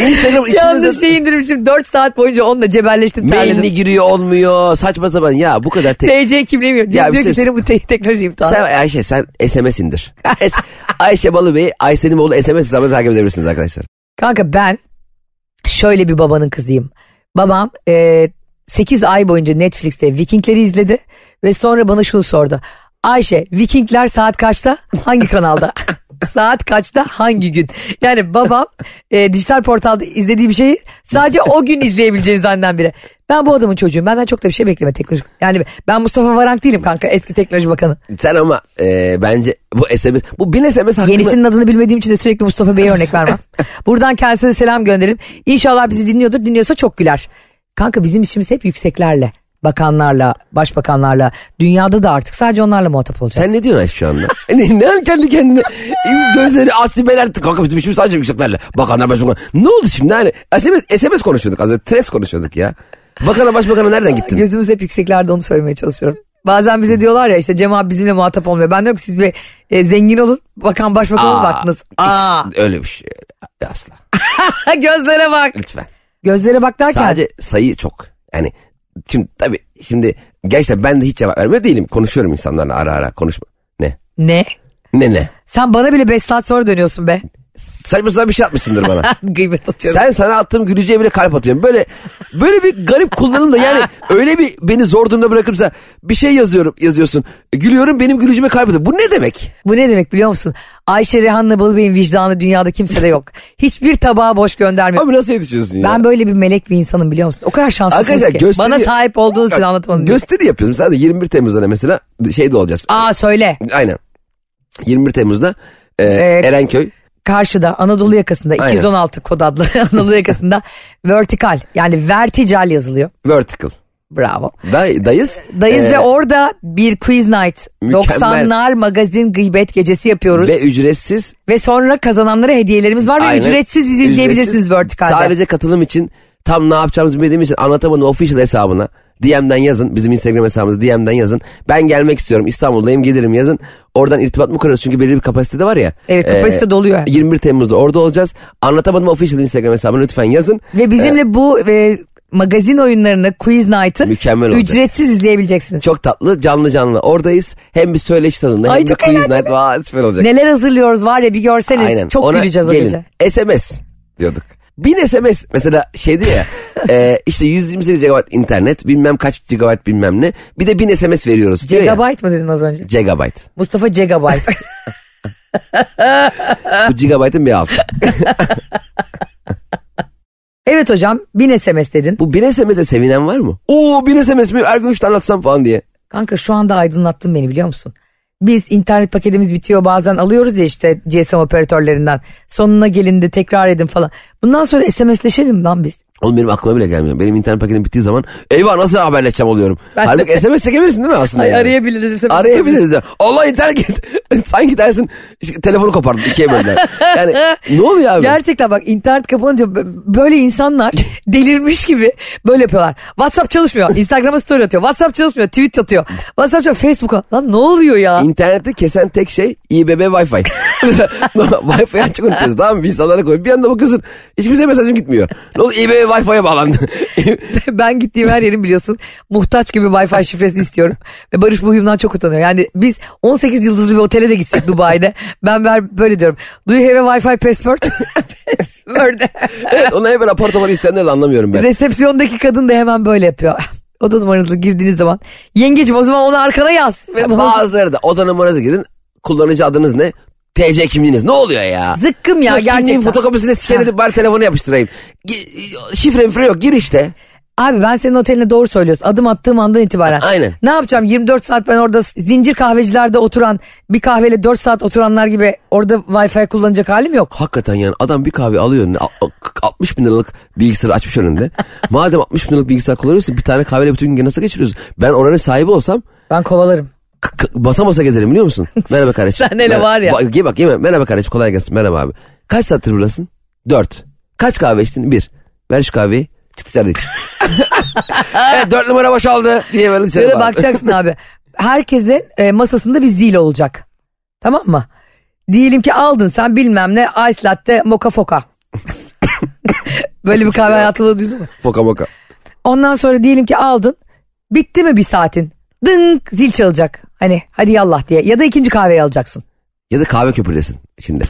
Speaker 3: Instagram
Speaker 2: Yalnız
Speaker 3: içinizde
Speaker 2: şey indirmişim 4 saat boyunca onunla cebelleştim
Speaker 3: mailini
Speaker 2: terledim.
Speaker 3: giriyor olmuyor. Saçma sapan ya bu kadar te-
Speaker 2: TC kimliğim yok.
Speaker 3: Ya
Speaker 2: Cem
Speaker 3: bir
Speaker 2: diyor ki
Speaker 3: şey-
Speaker 2: senin bu te- teknoloji iptal.
Speaker 3: sen Ayşe sen SMS indir. Es- Ayşe Balıbey, Ayşe'nin oğlu SMS hesabını takip edebilirsiniz arkadaşlar.
Speaker 2: Kanka ben şöyle bir babanın kızıyım. Babam e, 8 ay boyunca Netflix'te Vikingleri izledi ve sonra bana şunu sordu. Ayşe Vikingler saat kaçta hangi kanalda? saat kaçta hangi gün? Yani babam e, dijital portalda izlediği bir şeyi sadece o gün izleyebileceğiz zanneden biri. Ben bu adamın çocuğum. Benden çok da bir şey bekleme teknoloji. Yani ben Mustafa Varank değilim kanka eski teknoloji bakanı.
Speaker 3: Sen ama e, bence bu SMS bu bin SMS hakkında
Speaker 2: Yenisinin adını bilmediğim için de sürekli Mustafa Bey'e örnek vermem. Buradan kendisine selam gönderelim. İnşallah bizi dinliyordur. Dinliyorsa çok güler. Kanka bizim işimiz hep yükseklerle, bakanlarla, başbakanlarla. Dünyada da artık sadece onlarla muhatap olacağız.
Speaker 3: Sen ne diyorsun Ayşe şu anda? ne, ne kendi kendine E, gözleri açtı belerdi. Kanka bizim içimiz sadece yükseklerle. Bakanlar başbakan. Ne oldu şimdi? Hani Yani SMS, SMS konuşuyorduk az önce. Tres konuşuyorduk ya. Bakana başbakana nereden gittin?
Speaker 2: Gözümüz hep yükseklerde onu söylemeye çalışıyorum. Bazen bize diyorlar ya işte Cem abi bizimle muhatap olmuyor. Ben diyorum ki siz bir e, zengin olun, bakan başbakan olun
Speaker 3: Aa,
Speaker 2: baktınız. Aa,
Speaker 3: Öyle bir şey. Asla.
Speaker 2: gözlere bak.
Speaker 3: Lütfen.
Speaker 2: Gözlere bak derken.
Speaker 3: Sadece sayı çok. Yani şimdi tabii şimdi gerçekten ben de hiç cevap vermiyor değilim. Konuşuyorum insanlarla ara ara konuşma. Ne?
Speaker 2: Ne?
Speaker 3: Ne ne?
Speaker 2: Sen bana bile 5 saat sonra dönüyorsun be.
Speaker 3: saçma sapan bir şey atmışsındır bana.
Speaker 2: Gıybet atıyorum.
Speaker 3: Sen sana attığım gülücüye bile kalp atıyorum. Böyle böyle bir garip kullanım da yani öyle bir beni zor durumda bırakıp sen bir şey yazıyorum yazıyorsun. E, Gülüyorum benim gülücüme kalp atıyor. Bu ne demek?
Speaker 2: Bu ne demek biliyor musun? Ayşe Rehan'la Balıbey'in vicdanı dünyada kimsede yok. Hiçbir tabağa boş göndermiyor.
Speaker 3: Abi nasıl yetişiyorsun ya?
Speaker 2: Ben böyle bir melek bir insanım biliyor musun? O kadar şanslısınız
Speaker 3: Arkadaşlar
Speaker 2: ki.
Speaker 3: gösteri-
Speaker 2: Bana sahip olduğunuz için şey anlatamadım. diyor.
Speaker 3: Gösteri yapıyoruz. Mesela de 21 Temmuz'da mesela şey de olacağız.
Speaker 2: Aa söyle.
Speaker 3: Aynen. 21 Temmuz'da e, Erenköy.
Speaker 2: Karşıda Anadolu yakasında
Speaker 3: Aynen.
Speaker 2: 216 kod adlı Anadolu yakasında vertikal yani vertical yazılıyor.
Speaker 3: Vertical.
Speaker 2: Bravo.
Speaker 3: Day, dayız.
Speaker 2: Dayız
Speaker 3: Ee,
Speaker 2: ve orada bir quiz night
Speaker 3: Mükemmel.
Speaker 2: 90'lar magazin gıybet gecesi yapıyoruz. Ve,
Speaker 3: Ve ücretsiz.
Speaker 2: sonra kazananlara hediyelerimiz var ve
Speaker 3: Aynen.
Speaker 2: ücretsiz bizi izleyebilirsiniz
Speaker 3: Ücretsiz.
Speaker 2: vertikalde.
Speaker 3: Sadece katılım için tam ne yapacağımızı bilmediğim için anlatamadım official hesabına. DM'den yazın. Bizim Instagram hesabımıza DM'den yazın. Ben gelmek istiyorum. İstanbul'dayım gelirim yazın. Oradan irtibat mı kurarız? Çünkü belirli bir kapasitede var ya.
Speaker 2: Evet,
Speaker 3: Ee,
Speaker 2: kapasite doluyor.
Speaker 3: 21 Temmuz'da orada olacağız. Anlatamadım official Instagram hesabına lütfen yazın.
Speaker 2: Ve bizimle bu e, magazin oyunlarını quiz night'ı
Speaker 3: Mükemmel olacak.
Speaker 2: ücretsiz izleyebileceksiniz.
Speaker 3: Çok tatlı canlı canlı oradayız. Hem bir söyleşi tadında
Speaker 2: Ay,
Speaker 3: hem
Speaker 2: çok
Speaker 3: bir quiz
Speaker 2: eğlenceli.
Speaker 3: night. Vay, süper olacak.
Speaker 2: Neler hazırlıyoruz var ya bir görseniz çok
Speaker 3: Ona
Speaker 2: güleceğiz o
Speaker 3: gelin.
Speaker 2: gece.
Speaker 3: SMS diyorduk. Bin SMS mesela şey diyor ya e, işte 128 GB internet bilmem kaç GB bilmem ne bir de bin SMS veriyoruz diyor ya.
Speaker 2: Gigabyte mı dedin az önce?
Speaker 3: Gigabyte.
Speaker 2: Mustafa Gigabyte.
Speaker 3: Bu gigabyte'ın bir altı.
Speaker 2: evet hocam 1000 SMS dedin.
Speaker 3: Bu bin SMS'e sevinen var mı? Oo bin SMS mi? Ergun 3 anlatsam falan diye.
Speaker 2: Kanka şu anda aydınlattın beni biliyor musun? Biz internet paketimiz bitiyor bazen alıyoruz ya işte GSM operatörlerinden. Sonuna gelin de tekrar edin falan. Bundan sonra SMS'leşelim lan biz.
Speaker 3: Oğlum benim aklıma bile gelmiyor. Benim internet paketim bittiği zaman eyvah nasıl haberleşeceğim oluyorum.
Speaker 2: Ben-
Speaker 3: Halbuki SMS çekebilirsin değil mi aslında? yani?
Speaker 2: arayabiliriz. SMS.
Speaker 3: Arayabiliriz ya. Allah internet git. Sanki dersin işte, telefonu kopardı ikiye böldüler. Yani ne oluyor abi?
Speaker 2: Gerçekten bak internet kapanınca bö- böyle insanlar delirmiş gibi böyle yapıyorlar. WhatsApp çalışmıyor. Instagram'a story atıyor. WhatsApp çalışmıyor. Tweet atıyor. WhatsApp çalışmıyor. Facebook'a. Lan ne oluyor ya?
Speaker 3: İnterneti kesen tek şey İBB Wi-Fi. Mesela Wi-Fi açık unutuyoruz tamam mı? İnsanlara koy. Bir anda bakıyorsun hiç kimseye mesajım gitmiyor. Ne oldu İBB Wi-Fi'ye bağlandı.
Speaker 2: ben gittiğim her yerin biliyorsun muhtaç gibi Wi-Fi şifresini istiyorum. Ve Barış bu huyumdan çok utanıyor. Yani biz 18 yıldızlı bir otele de gitsek Dubai'de. Ben, ben böyle diyorum. Do you have a Wi-Fi password? password.
Speaker 3: evet ona hep böyle apartmanı isteyenleri de anlamıyorum ben.
Speaker 2: Resepsiyondaki kadın da hemen böyle yapıyor. Oda numaranızla girdiğiniz zaman. Yengeciğim o zaman onu arkana yaz. Ve bu-
Speaker 3: Bazıları da oda numaranızı girin. Kullanıcı adınız ne? TC kimliğiniz ne oluyor ya?
Speaker 2: Zıkkım ya
Speaker 3: Yok, kimliğin
Speaker 2: gerçekten.
Speaker 3: fotokopisini scan edip bari telefonu yapıştırayım. Gi- Şifre mifre yok gir işte.
Speaker 2: Abi ben senin oteline doğru söylüyorsun. Adım attığım andan itibaren.
Speaker 3: A- aynen.
Speaker 2: Ne yapacağım 24 saat ben orada zincir kahvecilerde oturan bir kahveyle 4 saat oturanlar gibi orada Wi-Fi kullanacak halim yok.
Speaker 3: Hakikaten yani adam bir kahve alıyor önüne. a- a- 60 bin liralık bilgisayarı açmış önünde. Madem 60 bin liralık bilgisayar kullanıyorsun bir tane kahveyle bütün gün nasıl geçiriyorsun? Ben oranın sahibi olsam
Speaker 2: Ben kovalarım.
Speaker 3: k- k- basa basa gezerim biliyor musun? Merhaba kardeşim.
Speaker 2: Sen hele
Speaker 3: Merhaba.
Speaker 2: var ya.
Speaker 3: Bak, ye bak yeme. Merhaba kardeşim kolay gelsin. Merhaba abi. Kaç saattir buradasın? Dört. Kaç kahve içtin? Bir. Ver şu kahveyi. Çık dışarıda iç. evet dört numara boşaldı diye böyle dışarı
Speaker 2: Böyle
Speaker 3: bağırdı.
Speaker 2: bakacaksın abi. Herkesin e, masasında bir zil olacak. Tamam mı? Diyelim ki aldın sen bilmem ne ice latte moka foka. Böyle bir kahve hayatında duydun mu?
Speaker 3: Foka moka.
Speaker 2: Ondan sonra diyelim ki aldın. Bitti mi bir saatin? Dınk zil çalacak. Hani hadi yallah diye. Ya da ikinci kahveyi alacaksın.
Speaker 3: Ya da kahve köpürdesin içinde.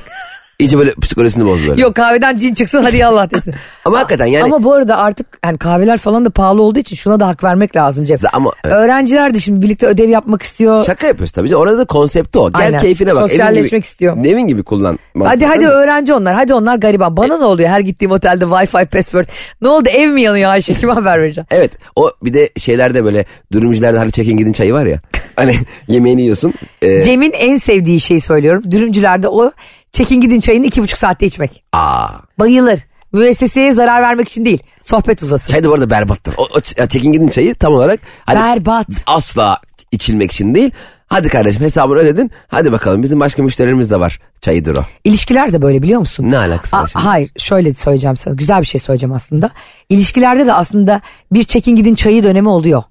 Speaker 3: İyice böyle psikolojisini boz böyle.
Speaker 2: Yok kahveden cin çıksın hadi yallah desin.
Speaker 3: Ama hakikaten yani.
Speaker 2: Ama bu arada artık yani kahveler falan da pahalı olduğu için şuna da hak vermek lazım Cem.
Speaker 3: Z- ama evet.
Speaker 2: Öğrenciler de şimdi birlikte ödev yapmak istiyor.
Speaker 3: Şaka yapıyorsun tabii. canım. Orada da konsepti o. Gel
Speaker 2: Aynen.
Speaker 3: keyfine bak. Evin gibi-
Speaker 2: Sosyalleşmek istiyor.
Speaker 3: Evin gibi kullan.
Speaker 2: Hadi
Speaker 3: mantığı,
Speaker 2: hadi
Speaker 3: değil mi?
Speaker 2: öğrenci onlar. Hadi onlar gariban. Bana ne oluyor her gittiğim otelde Wi-Fi password. Ne oldu ev mi yanıyor Ayşe? Kime haber vereceğim?
Speaker 3: Evet o bir de şeylerde böyle dürümcülerde hani çekin gidin çayı var ya. Hani yemeğini yiyorsun. e,
Speaker 2: Cem'in en sevdiği şeyi söylüyorum. Dürümcülerde o çekin gidin çayını iki buçuk saatte içmek.
Speaker 3: aa,
Speaker 2: Bayılır. Müesseseye zarar vermek için değil. Sohbet uzasın.
Speaker 3: çay da bu arada berbattır. O, o ç- çekin gidin çayı tam olarak hani
Speaker 2: Berbat.
Speaker 3: asla içilmek için değil. Hadi kardeşim hesabını ödedin. Hadi bakalım bizim başka müşterilerimiz de var. Çayıdır o.
Speaker 2: İlişkiler de böyle biliyor musun?
Speaker 3: Ne alakası var
Speaker 2: A-
Speaker 3: şimdi?
Speaker 2: Hayır şöyle söyleyeceğim sana. Güzel bir şey söyleyeceğim aslında. İlişkilerde de aslında bir çekin gidin çayı dönemi oluyor.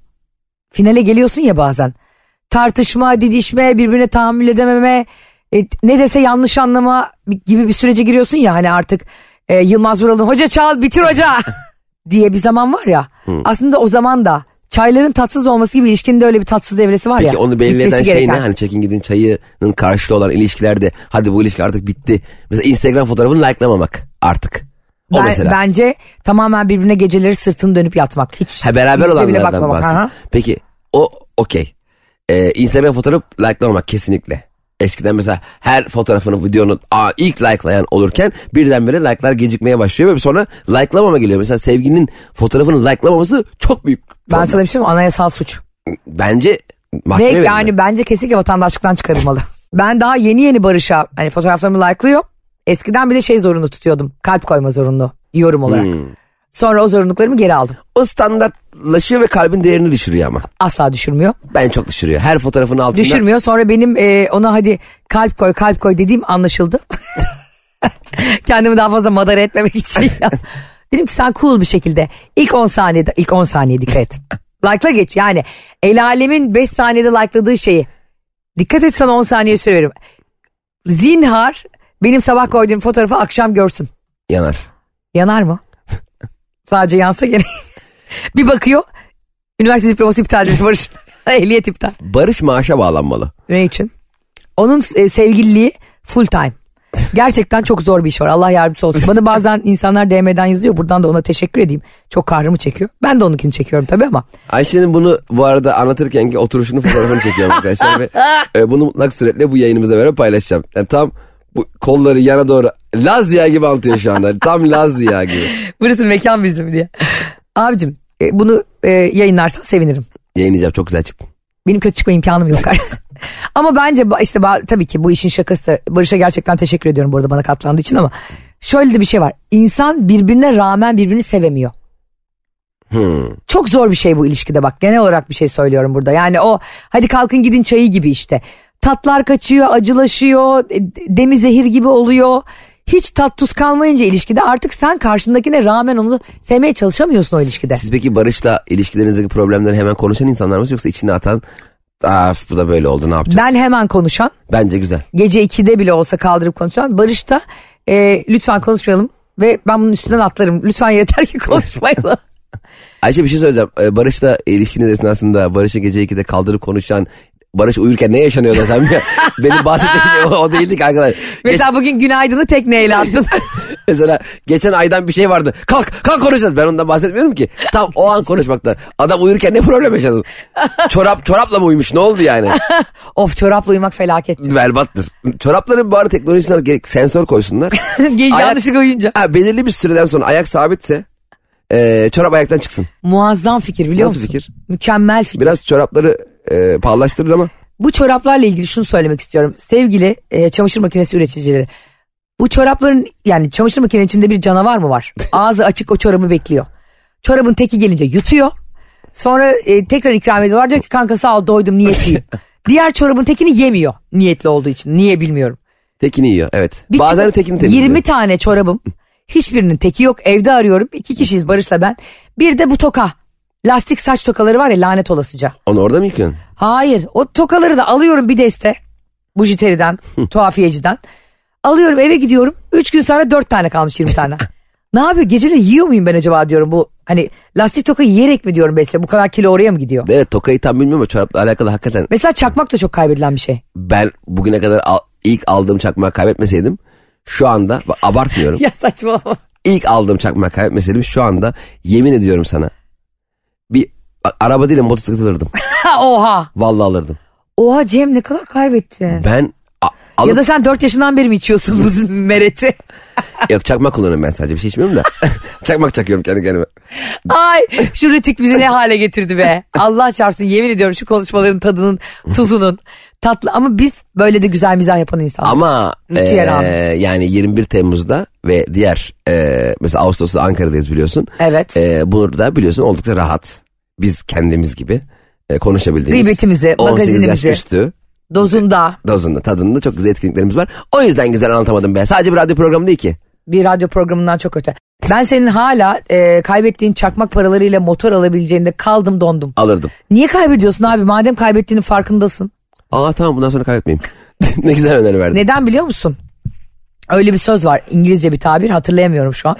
Speaker 2: Finale geliyorsun ya bazen. Tartışma, didişme, birbirine tahammül edememe, e, ne dese yanlış anlama gibi bir sürece giriyorsun ya hani artık e, Yılmaz Vural'ın hoca çal bitir hoca diye bir zaman var ya. Aslında o zaman da çayların tatsız olması gibi ilişkinin de öyle bir tatsız devresi var ya.
Speaker 3: Peki onu belli
Speaker 2: bitmesi
Speaker 3: eden şey ne?
Speaker 2: gereken.
Speaker 3: Hani çekin gidin çayının karşılığı olan ilişkilerde hadi bu ilişki artık bitti. Mesela Instagram fotoğrafını likelamamak artık. O
Speaker 2: Ben-
Speaker 3: mesela.
Speaker 2: Bence tamamen birbirine geceleri sırtını dönüp yatmak. Hiç
Speaker 3: ha, beraber
Speaker 2: yüzüne bile
Speaker 3: olanlardan
Speaker 2: bakmamak.
Speaker 3: bahsediyorum.
Speaker 2: Aha.
Speaker 3: Peki o okey. Ee, Instagram fotoğraf likelamamak kesinlikle. Eskiden mesela her fotoğrafını videonun aa, ilk likelayan olurken birdenbire like'lar gecikmeye başlıyor ve sonra likelamama geliyor. Mesela sevginin fotoğrafını likelamaması çok büyük.
Speaker 2: Ben
Speaker 3: problem.
Speaker 2: sana bir şey mi? Anayasal suç.
Speaker 3: Bence
Speaker 2: Ve
Speaker 3: mahkeme verilmeli.
Speaker 2: yani bence kesinlikle vatandaşlıktan çıkarılmalı. ben daha yeni yeni Barış'a hani fotoğraflarımı like'lıyor. Eskiden bile şey zorunlu tutuyordum. Kalp koyma zorunlu yorum olarak. Sonra o zorunluluklarımı geri aldım.
Speaker 3: O standartlaşıyor ve kalbin değerini düşürüyor ama.
Speaker 2: Asla düşürmüyor.
Speaker 3: Ben çok düşürüyor. Her fotoğrafın altında.
Speaker 2: Düşürmüyor. Sonra benim e, ona hadi kalp koy kalp koy dediğim anlaşıldı. Kendimi daha fazla madara etmemek için. Dedim ki sen cool bir şekilde ilk 10 saniyede ilk 10 saniye dikkat et. Like'la geç yani el alemin 5 saniyede like'ladığı şeyi dikkat et sana 10 saniye süre veriyorum. Zinhar benim sabah koyduğum fotoğrafı akşam görsün.
Speaker 3: Yanar.
Speaker 2: Yanar mı? Sadece yansa gene. bir bakıyor üniversite diploması iptal edilmiş Barış. Ehliyet iptal.
Speaker 3: Barış maaşa bağlanmalı.
Speaker 2: Ne için? Onun e, sevgililiği full time. Gerçekten çok zor bir iş var. Allah yardımcısı olsun. Bana bazen insanlar DM'den yazıyor. Buradan da ona teşekkür edeyim. Çok kahrımı çekiyor. Ben de onunkini çekiyorum tabii ama.
Speaker 3: Ayşe'nin bunu bu arada anlatırken ki oturuşunu fotoğrafını çekiyorum arkadaşlar ve e, bunu mutlak suretle bu yayınımıza beraber paylaşacağım. Yani tam bu kolları yana doğru Laz ya gibi anlatıyor şu anda. Tam Laz ya gibi.
Speaker 2: Burası mekan bizim diye. Abicim e, bunu e, yayınlarsan sevinirim.
Speaker 3: Yayınlayacağım çok güzel çıktın.
Speaker 2: Benim kötü çıkma imkanım yok. ama bence ba- işte ba- tabii ki bu işin şakası. Barış'a gerçekten teşekkür ediyorum burada bana katlandığı için ama. Şöyle de bir şey var. İnsan birbirine rağmen birbirini sevemiyor.
Speaker 3: Hmm.
Speaker 2: Çok zor bir şey bu ilişkide bak genel olarak bir şey söylüyorum burada. Yani o hadi kalkın gidin çayı gibi işte. Tatlar kaçıyor, acılaşıyor, e, demi zehir gibi oluyor. Hiç tat tuz kalmayınca ilişkide artık sen karşındakine rağmen onu sevmeye çalışamıyorsun o ilişkide.
Speaker 3: Siz peki Barış'la ilişkilerinizdeki problemleri hemen konuşan insanlar mısınız yoksa içine atan Aa, bu da böyle oldu ne yapacağız?
Speaker 2: Ben hemen konuşan,
Speaker 3: Bence güzel.
Speaker 2: gece 2'de bile olsa kaldırıp konuşan, Barış da e, lütfen konuşmayalım ve ben bunun üstünden atlarım. Lütfen yeter ki konuşmayalım.
Speaker 3: Ayşe bir şey söyleyeceğim. Ee, Barış'la ilişkiniz esnasında Barış'ı gece 2'de kaldırıp konuşan Barış uyurken ne yaşanıyordu sen? Benim bahsettiğim şey o, o değildi ki arkadaşlar. Geç-
Speaker 2: Mesela bugün günaydını tekneyle attın.
Speaker 3: mesela geçen aydan bir şey vardı. Kalk kalk konuşacağız. Ben ondan bahsetmiyorum ki. Tam o an konuşmakta. Adam uyurken ne problem yaşadın? Çorap çorapla mı uyumuş? Ne oldu yani?
Speaker 2: of çorapla uyumak felaket.
Speaker 3: Berbattır. Çorapların bari teknolojisine gerek sensör koysunlar.
Speaker 2: Yanlışlıkla uyuyunca.
Speaker 3: Ha, belirli bir süreden sonra ayak sabitse e, çorap ayaktan çıksın.
Speaker 2: Muazzam fikir biliyor
Speaker 3: Nasıl
Speaker 2: musun?
Speaker 3: fikir?
Speaker 2: Mükemmel fikir.
Speaker 3: Biraz çorapları e, pahalaştırır ama
Speaker 2: Bu çoraplarla ilgili şunu söylemek istiyorum. Sevgili e, çamaşır makinesi üreticileri. Bu çorapların yani çamaşır makinenin içinde bir canavar mı var? Ağzı açık o çorabı bekliyor. Çorabın teki gelince yutuyor. Sonra e, tekrar ikram ediyorlar. Diyor ki kanka sağ ol doydum niyetliyim. Diğer çorabın tekini yemiyor niyetli olduğu için. Niye bilmiyorum.
Speaker 3: tekini yiyor. Evet.
Speaker 2: Bir
Speaker 3: Bazen de
Speaker 2: çıkıp
Speaker 3: tekini temizliyor.
Speaker 2: 20 tane çorabım. Hiçbirinin teki yok. Evde arıyorum. İki kişiyiz Barış'la ben. Bir de bu toka. Lastik saç tokaları var ya lanet olasıca.
Speaker 3: Onu orada mı yıkıyorsun?
Speaker 2: Hayır. O tokaları da alıyorum bir deste. Bujiteriden, tuhafiyeciden. Alıyorum eve gidiyorum. Üç gün sonra dört tane kalmış 20 tane. ne yapıyor? Geceleri yiyor muyum ben acaba diyorum bu. Hani lastik tokayı yiyerek mi diyorum besle? Bu kadar kilo oraya mı gidiyor?
Speaker 3: Evet tokayı tam bilmiyorum ama çorapla alakalı hakikaten
Speaker 2: Mesela çakmak da çok kaybedilen bir şey.
Speaker 3: ben bugüne kadar al- ilk aldığım çakmağı kaybetmeseydim şu anda bak, abartmıyorum.
Speaker 2: ya saçmalama.
Speaker 3: ilk aldığım çakmağı kaybetmeseydim şu anda yemin ediyorum sana bir a- araba değil de motosiklet alırdım.
Speaker 2: Ha, Oha.
Speaker 3: Vallahi alırdım.
Speaker 2: Oha Cem ne kadar kaybettin.
Speaker 3: Ben a- alıp,
Speaker 2: Ya da sen dört yaşından beri mi içiyorsun bu mereti?
Speaker 3: yok çakmak kullanıyorum ben sadece bir şey içmiyorum da. çakmak çakıyorum kendi kendime.
Speaker 2: Ay şu Rütük bizi ne hale getirdi be. Allah çarpsın yemin ediyorum şu konuşmaların tadının tuzunun tatlı ama biz böyle de güzel mizah yapan insanlar.
Speaker 3: Ama
Speaker 2: Rütüye
Speaker 3: eee,
Speaker 2: rağmen.
Speaker 3: yani 21 Temmuz'da ve diğer eee, mesela Ağustos'ta Ankara'dayız biliyorsun.
Speaker 2: evet.
Speaker 3: Ee, burada biliyorsun oldukça rahat. Biz kendimiz gibi e, konuşabildiğimiz.
Speaker 2: Gıybetimizi,
Speaker 3: 18 yaş
Speaker 2: magazinimizi.
Speaker 3: üstü
Speaker 2: Dozunda
Speaker 3: dozunda tadında çok güzel etkinliklerimiz var. O yüzden güzel anlatamadım be. Sadece bir radyo programı değil ki.
Speaker 2: bir radyo programından çok öte. Ben senin hala e, kaybettiğin çakmak paralarıyla motor alabileceğinde kaldım dondum.
Speaker 3: Alırdım.
Speaker 2: Niye kaybediyorsun abi madem kaybettiğinin farkındasın.
Speaker 3: Aa tamam bundan sonra kaybetmeyeyim. ne güzel öneri verdin.
Speaker 2: Neden biliyor musun? Öyle bir söz var İngilizce bir tabir hatırlayamıyorum şu an.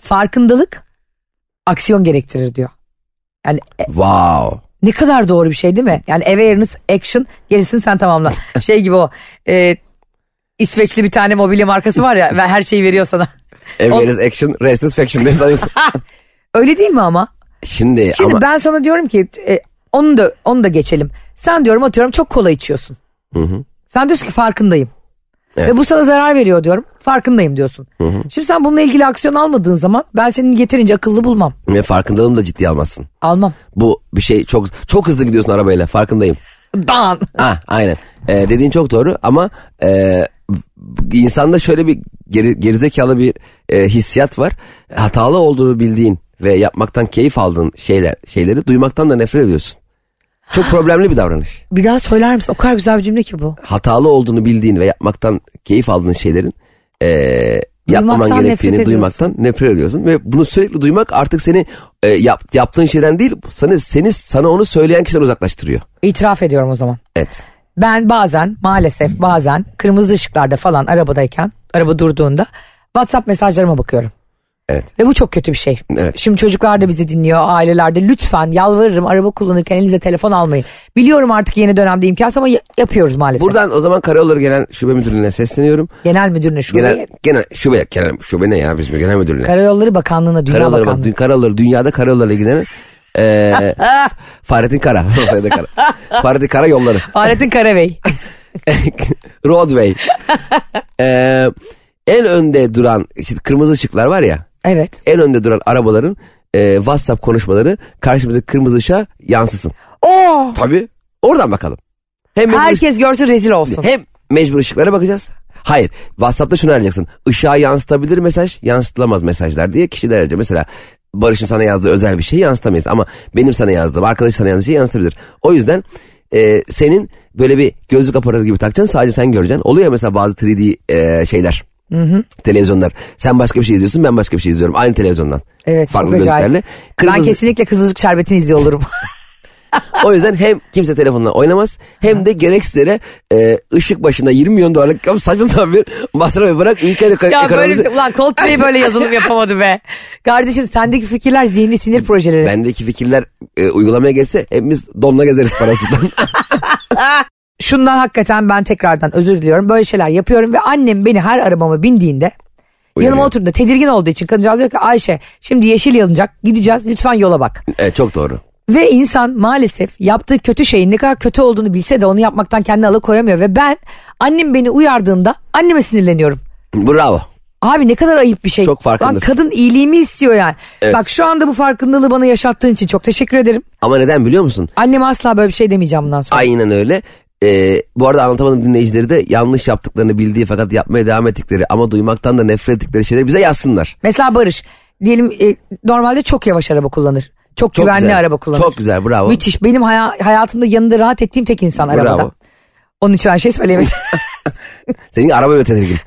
Speaker 2: Farkındalık aksiyon gerektirir diyor. Yani e,
Speaker 3: Wow.
Speaker 2: ne kadar doğru bir şey değil mi? Yani awareness, action, gerisini sen tamamla. Şey gibi o. e, İsveçli bir tane mobilya markası var ya ve her şeyi veriyor sana.
Speaker 3: Awareness action, rest is faction diye sanıyorsun.
Speaker 2: Öyle değil mi ama?
Speaker 3: Şimdi,
Speaker 2: Şimdi
Speaker 3: ama
Speaker 2: ben sana diyorum ki e, onu da onu da geçelim. Sen diyorum atıyorum çok kola içiyorsun. Sen diyorsun ki farkındayım.
Speaker 3: Evet.
Speaker 2: Ve bu sana zarar veriyor diyorum. Farkındayım diyorsun. Şimdi sen bununla ilgili aksiyon almadığın zaman ben seni yeterince akıllı bulmam.
Speaker 3: Ve farkındalığımı da ciddiye almazsın.
Speaker 2: Almam.
Speaker 3: Bu bir şey çok çok hızlı gidiyorsun arabayla farkındayım.
Speaker 2: Dan.
Speaker 3: Ha aynen. Ee, dediğin çok doğru ama e, insanda şöyle bir geri, gerizekalı bir e, hissiyat var. Hatalı olduğunu bildiğin ve yapmaktan keyif aldığın şeyler şeyleri duymaktan da nefret ediyorsun. Çok problemli bir davranış.
Speaker 2: Bir daha söyler misin? O kadar güzel bir cümle ki bu.
Speaker 3: Hatalı olduğunu bildiğin ve yapmaktan keyif aldığın şeylerin e, yapmaman
Speaker 2: Duymaktan
Speaker 3: gerektiğini
Speaker 2: nefret
Speaker 3: duymaktan nefret ediyorsun ve bunu sürekli duymak artık seni e, yap, yaptığın şeyden değil seni seni sana onu söyleyen kişiden uzaklaştırıyor.
Speaker 2: İtiraf ediyorum o zaman.
Speaker 3: Evet.
Speaker 2: Ben bazen maalesef bazen kırmızı ışıklarda falan arabadayken araba durduğunda WhatsApp mesajlarıma bakıyorum.
Speaker 3: Evet.
Speaker 2: Ve bu çok kötü bir şey.
Speaker 3: Evet.
Speaker 2: Şimdi çocuklar da bizi dinliyor ailelerde. Lütfen yalvarırım araba kullanırken elinize telefon almayın. Biliyorum artık yeni dönemde imkansız ama ya- yapıyoruz maalesef.
Speaker 3: Buradan o zaman Karayolları Genel Şube Müdürlüğü'ne sesleniyorum.
Speaker 2: Genel müdürüne şuraya.
Speaker 3: Genel, genel şube, genel, şube ne ya bizim genel müdürlüğüne.
Speaker 2: Karayolları Bakanlığı'na, Dünya
Speaker 3: Karayolları, bak,
Speaker 2: Bakanlığı.
Speaker 3: dü- Karayolları, dünyada karayolları ilgilenen eee Ee, Fahrettin Kara. Son sayıda Kara. Fahrettin Kara yolları.
Speaker 2: Fahrettin Karabey.
Speaker 3: Roadway. Eee, en önde duran işte kırmızı ışıklar var ya.
Speaker 2: evet.
Speaker 3: En önde duran arabaların eee, WhatsApp konuşmaları karşımızdaki kırmızı ışığa yansısın.
Speaker 2: Oo,
Speaker 3: Tabii. Oradan bakalım. Hem mecbur-
Speaker 2: Oh! herkes görsün rezil olsun.
Speaker 3: Hem mecbur ışıklara bakacağız. Hayır. WhatsApp'ta şunu arayacaksın. Işığa yansıtabilir mesaj, yansıtılamaz mesajlar diye kişiler arayacak. Mesela Barış'ın sana yazdığı özel bir şeyi yansıtamayız. Ama benim sana yazdığım, arkadaş sana yazdığı şeyi yansıtabilir. O yüzden e, senin böyle bir gözlük aparatı gibi takacaksın. Sadece sen göreceksin. Oluyor ya mesela bazı 3D e, şeyler. Televizyonlar. Sen başka bir şey izliyorsun, ben başka bir şey izliyorum. Aynı televizyondan.
Speaker 2: Evet,
Speaker 3: Farklı
Speaker 2: çok acayip.
Speaker 3: gözlüklerle.
Speaker 2: Ben
Speaker 3: Kırmızı,
Speaker 2: kesinlikle Kızılcık Şerbeti'ni izliyor olurum.
Speaker 3: o yüzden hem kimse telefonla oynamaz hem de gereksiz yere e, ışık başına 20 milyon dolarlık ya saçma sapan bir masraf yaparak ülke eko-
Speaker 2: ya böyle
Speaker 3: ekonomisi...
Speaker 2: bir, şey- ulan Coldplay böyle yazılım yapamadı be. Kardeşim sendeki fikirler zihni sinir projeleri.
Speaker 3: Bendeki fikirler e, uygulamaya geçse hepimiz donla gezeriz parasından.
Speaker 2: Şundan hakikaten ben tekrardan özür diliyorum. Böyle şeyler yapıyorum ve annem beni her arabama bindiğinde yanıma oturduğunda tedirgin olduğu için kadıncağız diyor ki Ayşe şimdi yeşil yanacak gideceğiz lütfen yola bak.
Speaker 3: E, çok doğru.
Speaker 2: Ve insan maalesef yaptığı kötü şeyin ne kadar kötü olduğunu bilse de onu yapmaktan kendini alıkoyamıyor ve ben annem beni uyardığında anneme sinirleniyorum.
Speaker 3: Bravo.
Speaker 2: Abi ne kadar ayıp bir şey.
Speaker 3: Çok farkındasın.
Speaker 2: Lan kadın iyiliğimi istiyor yani.
Speaker 3: Evet.
Speaker 2: Bak şu anda bu farkındalığı bana yaşattığın için çok teşekkür ederim.
Speaker 3: Ama neden biliyor musun?
Speaker 2: Anneme asla böyle bir şey demeyeceğim bundan sonra.
Speaker 3: Aynen öyle. E, bu arada anlatamadım dinleyicileri de yanlış yaptıklarını bildiği fakat yapmaya devam ettikleri ama duymaktan da nefret ettikleri şeyleri bize yazsınlar.
Speaker 2: Mesela Barış diyelim e, normalde çok yavaş araba kullanır. Çok,
Speaker 3: Çok
Speaker 2: güvenli
Speaker 3: güzel.
Speaker 2: araba kullanır.
Speaker 3: Çok güzel bravo.
Speaker 2: Müthiş. Benim haya- hayatımda yanında rahat ettiğim tek insan
Speaker 3: Bravo.
Speaker 2: arabada. Onun için her şey söyleyemez.
Speaker 3: Senin araba ve tedirgin.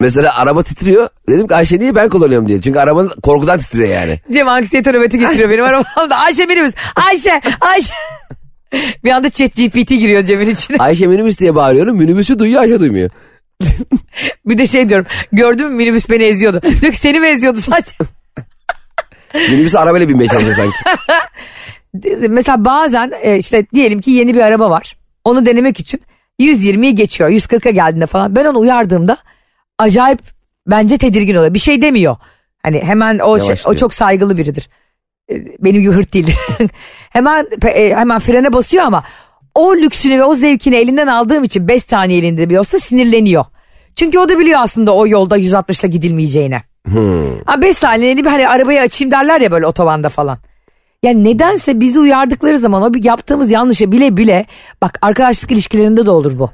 Speaker 3: Mesela araba titriyor. Dedim ki Ayşe niye ben kullanıyorum diye. Çünkü arabanın korkudan titriyor yani.
Speaker 2: Cem anksiyete nöbeti geçiriyor benim arabamda. Ayşe minibüs. Ayşe. Ayşe. Bir anda chat GPT giriyor Cem'in içine.
Speaker 3: Ayşe minibüs diye bağırıyorum. Minibüsü duyuyor Ayşe duymuyor.
Speaker 2: Bir de şey diyorum. Gördün mü minibüs beni eziyordu. Diyor ki seni mi eziyordu sadece?
Speaker 3: Minibüsü arabayla binmeye çalışıyor sanki.
Speaker 2: Mesela bazen e, işte diyelim ki yeni bir araba var. Onu denemek için 120'yi geçiyor. 140'a geldiğinde falan. Ben onu uyardığımda acayip bence tedirgin oluyor. Bir şey demiyor. Hani hemen o şey-
Speaker 3: Yavaşlıyor.
Speaker 2: o çok saygılı biridir. E, Benim gibi hırt değildir. hemen pe- e, hemen frene basıyor ama o lüksünü ve o zevkini elinden aldığım için 5 saniye elinde bir olsa sinirleniyor. Çünkü o da biliyor aslında o yolda 160'la gidilmeyeceğini. Ha 5 saniyeli bir hani arabayı açayım derler ya böyle otobanda falan. Yani nedense bizi uyardıkları zaman o bir yaptığımız yanlışı bile bile bak arkadaşlık ilişkilerinde de olur bu.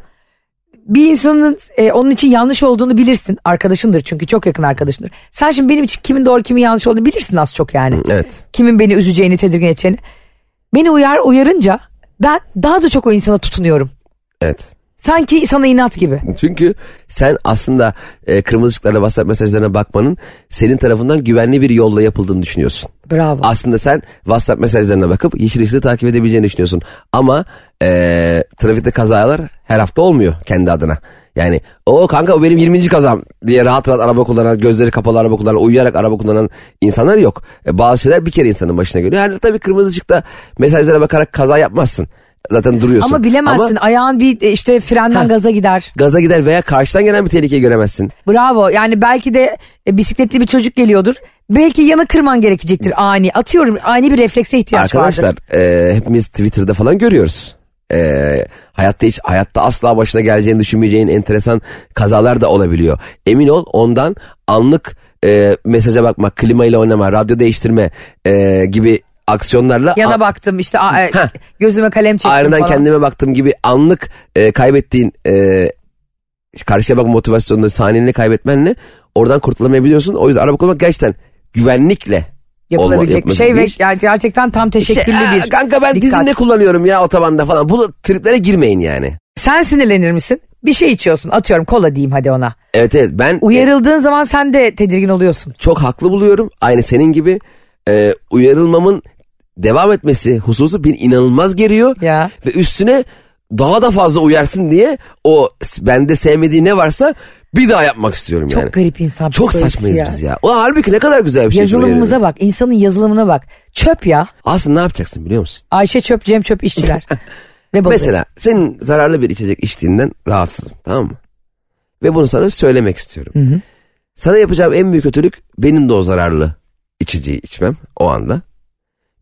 Speaker 2: Bir insanın e, onun için yanlış olduğunu bilirsin. Arkadaşındır çünkü çok yakın arkadaşındır. Sen şimdi benim için kimin doğru kimin yanlış olduğunu bilirsin az çok yani.
Speaker 3: Evet.
Speaker 2: Kimin beni üzeceğini tedirgin edeceğini. Beni uyar uyarınca ben daha da çok o insana tutunuyorum.
Speaker 3: Evet.
Speaker 2: Sanki sana inat gibi.
Speaker 3: Çünkü sen aslında e, kırmızı ışıklarla WhatsApp mesajlarına bakmanın senin tarafından güvenli bir yolla yapıldığını düşünüyorsun.
Speaker 2: Bravo.
Speaker 3: Aslında sen WhatsApp mesajlarına bakıp yeşil ışığı takip edebileceğini düşünüyorsun. Ama e, trafikte kazalar her hafta olmuyor kendi adına. Yani o kanka o benim 20. kazam diye rahat rahat araba kullanan, gözleri kapalı araba kullanan, uyuyarak araba kullanan insanlar yok. E, bazı şeyler bir kere insanın başına geliyor. Yani tabii kırmızı ışıkta mesajlara bakarak kaza yapmazsın. Zaten duruyorsun.
Speaker 2: Ama bilemezsin
Speaker 3: Ama
Speaker 2: ayağın bir e, işte frenden gaza gider.
Speaker 3: gaza gider veya karşıdan gelen bir tehlikeyi göremezsin.
Speaker 2: Bravo yani belki de e, bisikletli bir çocuk geliyordur. Belki yana kırman gerekecektir ani. Atıyorum ani bir reflekse ihtiyaç vardır.
Speaker 3: Arkadaşlar e, hepimiz Twitter'da falan görüyoruz. E, hayatta hiç hayatta asla başına geleceğini düşünmeyeceğin enteresan kazalar da olabiliyor. Emin ol ondan anlık e, mesaja bakmak, klimayla oynama, radyo değiştirme e, gibi aksiyonlarla
Speaker 2: Yana
Speaker 3: a-
Speaker 2: baktım işte a- e,
Speaker 3: Heh.
Speaker 2: gözüme kalem çektim
Speaker 3: ayrıdan
Speaker 2: falan.
Speaker 3: kendime baktığım gibi anlık e, kaybettiğin e, karşıya bak motivasyonunu saniyeni kaybetmenle oradan kurtulamayabiliyorsun. O yüzden araba kullanmak gerçekten güvenlikle olma-
Speaker 2: Yapılabilecek bir
Speaker 3: yapılacak
Speaker 2: şey ve
Speaker 3: iş.
Speaker 2: yani gerçekten tam teşekküllü
Speaker 3: İşte, "Aa,
Speaker 2: bir
Speaker 3: Kanka ben
Speaker 2: dikkat.
Speaker 3: dizimle kullanıyorum ya otobanda falan. Bu triplere girmeyin yani.
Speaker 2: Sen sinirlenir misin? Bir şey içiyorsun atıyorum kola diyeyim hadi ona.
Speaker 3: Evet evet ben e,
Speaker 2: Uyarıldığın zaman sen de tedirgin oluyorsun.
Speaker 3: çok haklı buluyorum. Aynı senin gibi e, uyarılmamın devam etmesi hususu beni inanılmaz geriyor.
Speaker 2: Ya.
Speaker 3: Ve üstüne daha da fazla uyarsın diye o s- bende sevmediği ne varsa bir daha yapmak istiyorum
Speaker 2: Çok
Speaker 3: yani.
Speaker 2: garip insan
Speaker 3: Çok
Speaker 2: psikolojisi
Speaker 3: saçmayız
Speaker 2: ya.
Speaker 3: biz ya. O halbuki ne kadar güzel bir şey. uyarıyorum.
Speaker 2: Yazılımımıza bak insanın yazılımına bak. Çöp ya.
Speaker 3: Aslında ne yapacaksın biliyor musun?
Speaker 2: Ayşe çöp Cem çöp işçiler. Ve balık.
Speaker 3: Mesela senin zararlı bir içecek içtiğinden rahatsızım tamam mı? Ve bunu sana söylemek istiyorum. Sana yapacağım en büyük kötülük benim de o zararlı içeceği içmem o anda.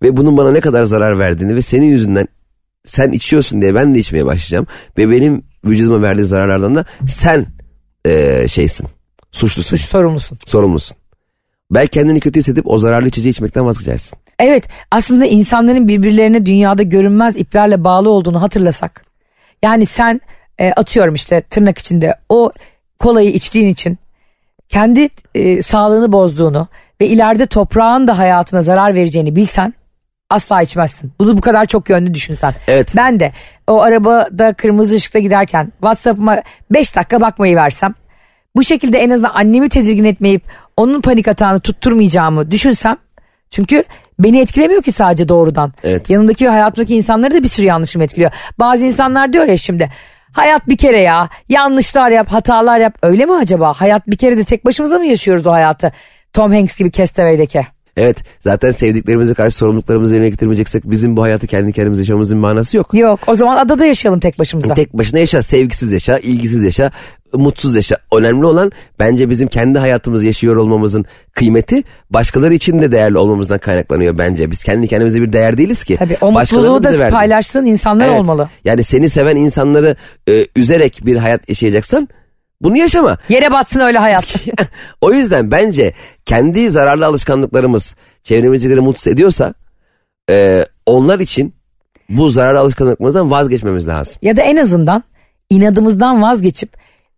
Speaker 3: Ve bunun bana ne kadar zarar verdiğini ve senin yüzünden sen içiyorsun diye ben de içmeye başlayacağım. Ve benim vücuduma verdiği zararlardan da sen eee, şeysin suçlusun
Speaker 2: Suç sorumlusun.
Speaker 3: sorumlusun. Belki kendini kötü hissedip o zararlı içeceği içmekten vazgeçersin.
Speaker 2: Evet aslında insanların birbirlerine dünyada görünmez iplerle bağlı olduğunu hatırlasak. Yani sen e, atıyorum işte tırnak içinde o kolayı içtiğin için kendi e, sağlığını bozduğunu ve ileride toprağın da hayatına zarar vereceğini bilsen asla içmezsin. Bunu bu kadar çok yönlü düşünsen.
Speaker 3: Evet.
Speaker 2: Ben de o arabada kırmızı ışıkta giderken WhatsApp'ıma 5 dakika bakmayı versem bu şekilde en azından annemi tedirgin etmeyip onun panik atağını tutturmayacağımı düşünsem çünkü beni etkilemiyor ki sadece doğrudan.
Speaker 3: Evet.
Speaker 2: Yanındaki ve hayatımdaki insanları da bir sürü yanlışım etkiliyor. Bazı insanlar diyor ya şimdi hayat bir kere ya yanlışlar yap hatalar yap öyle mi acaba? Hayat bir kere de tek başımıza mı yaşıyoruz o hayatı? Tom Hanks gibi Castaway'deki.
Speaker 3: Evet zaten sevdiklerimize karşı sorumluluklarımızı yerine getirmeyeceksek bizim bu hayatı kendi kendimize yaşamamızın manası yok.
Speaker 2: Yok o zaman adada yaşayalım tek başımıza.
Speaker 3: Tek başına yaşa, sevgisiz yaşa, ilgisiz yaşa, mutsuz yaşa. Önemli olan bence bizim kendi hayatımızı yaşıyor olmamızın kıymeti başkaları için de değerli olmamızdan kaynaklanıyor bence. Biz kendi kendimize bir değer değiliz ki.
Speaker 2: Tabii o
Speaker 3: Başkalarının
Speaker 2: mutluluğu
Speaker 3: bize
Speaker 2: da
Speaker 3: verdiği.
Speaker 2: paylaştığın insanlar
Speaker 3: Evet.
Speaker 2: olmalı.
Speaker 3: Yani seni seven insanları e, üzerek bir hayat yaşayacaksan bunu yaşama.
Speaker 2: Yere batsın öyle hayat.
Speaker 3: o yüzden bence kendi zararlı alışkanlıklarımız çevremizdekileri mutsuz ediyorsa e, onlar için bu zararlı alışkanlıklarımızdan vazgeçmemiz lazım.
Speaker 2: ya da en azından inadımızdan vazgeçip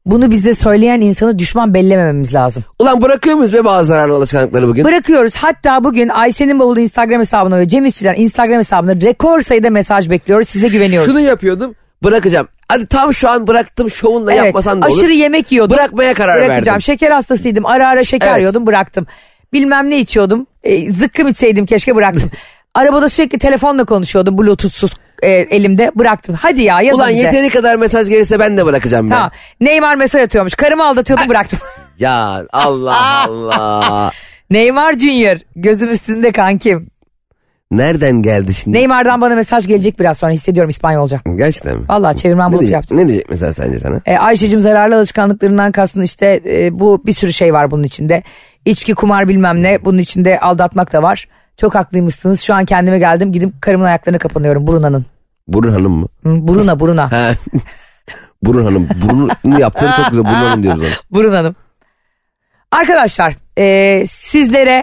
Speaker 2: bunu bize söyleyen insanı düşman bellemememiz lazım.
Speaker 3: Ulan bırakıyor muyuz be bazı zararlı alışkanlıkları bugün?
Speaker 2: Bırakıyoruz. Hatta bugün Ayşe'nin bavulu Instagram hesabına ve Cem İşçiler Instagram hesabına rekor sayıda mesaj bekliyoruz. Size güveniyoruz.
Speaker 3: Şunu yapıyordum bırakacağım. Hadi tam şu an bıraktım şovunu da
Speaker 2: Evet,
Speaker 3: yapmasan da olur.
Speaker 2: aşırı yemek yiyordum.
Speaker 3: Bırakmaya karar
Speaker 2: Bırakacağım.
Speaker 3: verdim.
Speaker 2: Şeker hastasıydım. Ara ara şeker
Speaker 3: Evet.
Speaker 2: yiyordum bıraktım. Bilmem ne içiyordum. E, zıkkım içseydim keşke bıraktım. Arabada sürekli telefonla konuşuyordum. Bluetooth'suz e, elimde bıraktım. Hadi ya yazın
Speaker 3: Ulan
Speaker 2: bize.
Speaker 3: yeteri kadar mesaj gelirse ben de bırakacağım ben.
Speaker 2: Tamam. Neymar mesaj atıyormuş. Karımı aldatıyordum bıraktım.
Speaker 3: Ya Allah Allah.
Speaker 2: Neymar Junior gözüm üstünde kankim.
Speaker 3: Nereden geldi şimdi?
Speaker 2: Neymar'dan bana mesaj gelecek biraz sonra hissediyorum İspanyolca.
Speaker 3: Gerçekten mi?
Speaker 2: Vallahi çevirmen
Speaker 3: ne,
Speaker 2: bunu
Speaker 3: diyecek,
Speaker 2: yaptım.
Speaker 3: ne diyecek mesela sence sana?
Speaker 2: E, Ayşe'cim zararlı alışkanlıklarından kastın işte e, bu bir sürü şey var bunun içinde. İçki, kumar bilmem ne bunun içinde aldatmak da var. Çok haklıymışsınız şu an kendime geldim gidip karımın ayaklarına kapanıyorum Bruna'nın.
Speaker 3: Burun Hanım mı?
Speaker 2: Hı, Bruna Bruna
Speaker 3: Ha. Burun Hanım. Burununu yaptığını çok güzel. Burun Hanım diyoruz ona.
Speaker 2: Burun Hanım. Arkadaşlar e, sizlere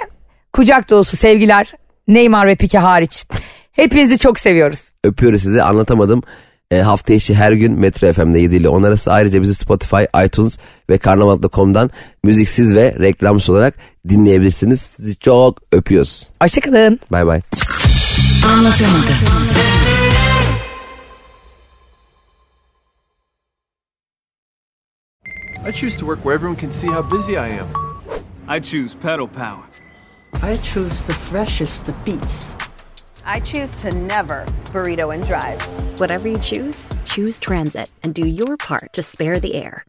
Speaker 2: kucak dolusu sevgiler Neymar ve Pike hariç. Hepinizi çok seviyoruz.
Speaker 3: Öpüyoruz sizi anlatamadım. E, hafta içi her gün Metro FM'de 7 ile 10 arası. Ayrıca bizi Spotify, iTunes ve karnaval.com'dan müziksiz ve reklamsız olarak dinleyebilirsiniz. Sizi çok öpüyoruz.
Speaker 2: Hoşçakalın.
Speaker 3: Bay bay.
Speaker 4: Anlatamadım.
Speaker 5: I choose to work where everyone can see how busy I am.
Speaker 1: I choose pedal power.
Speaker 6: I choose the freshest of beets.
Speaker 7: I choose to never burrito and drive.
Speaker 4: Whatever you choose, choose transit and do your part to spare the air.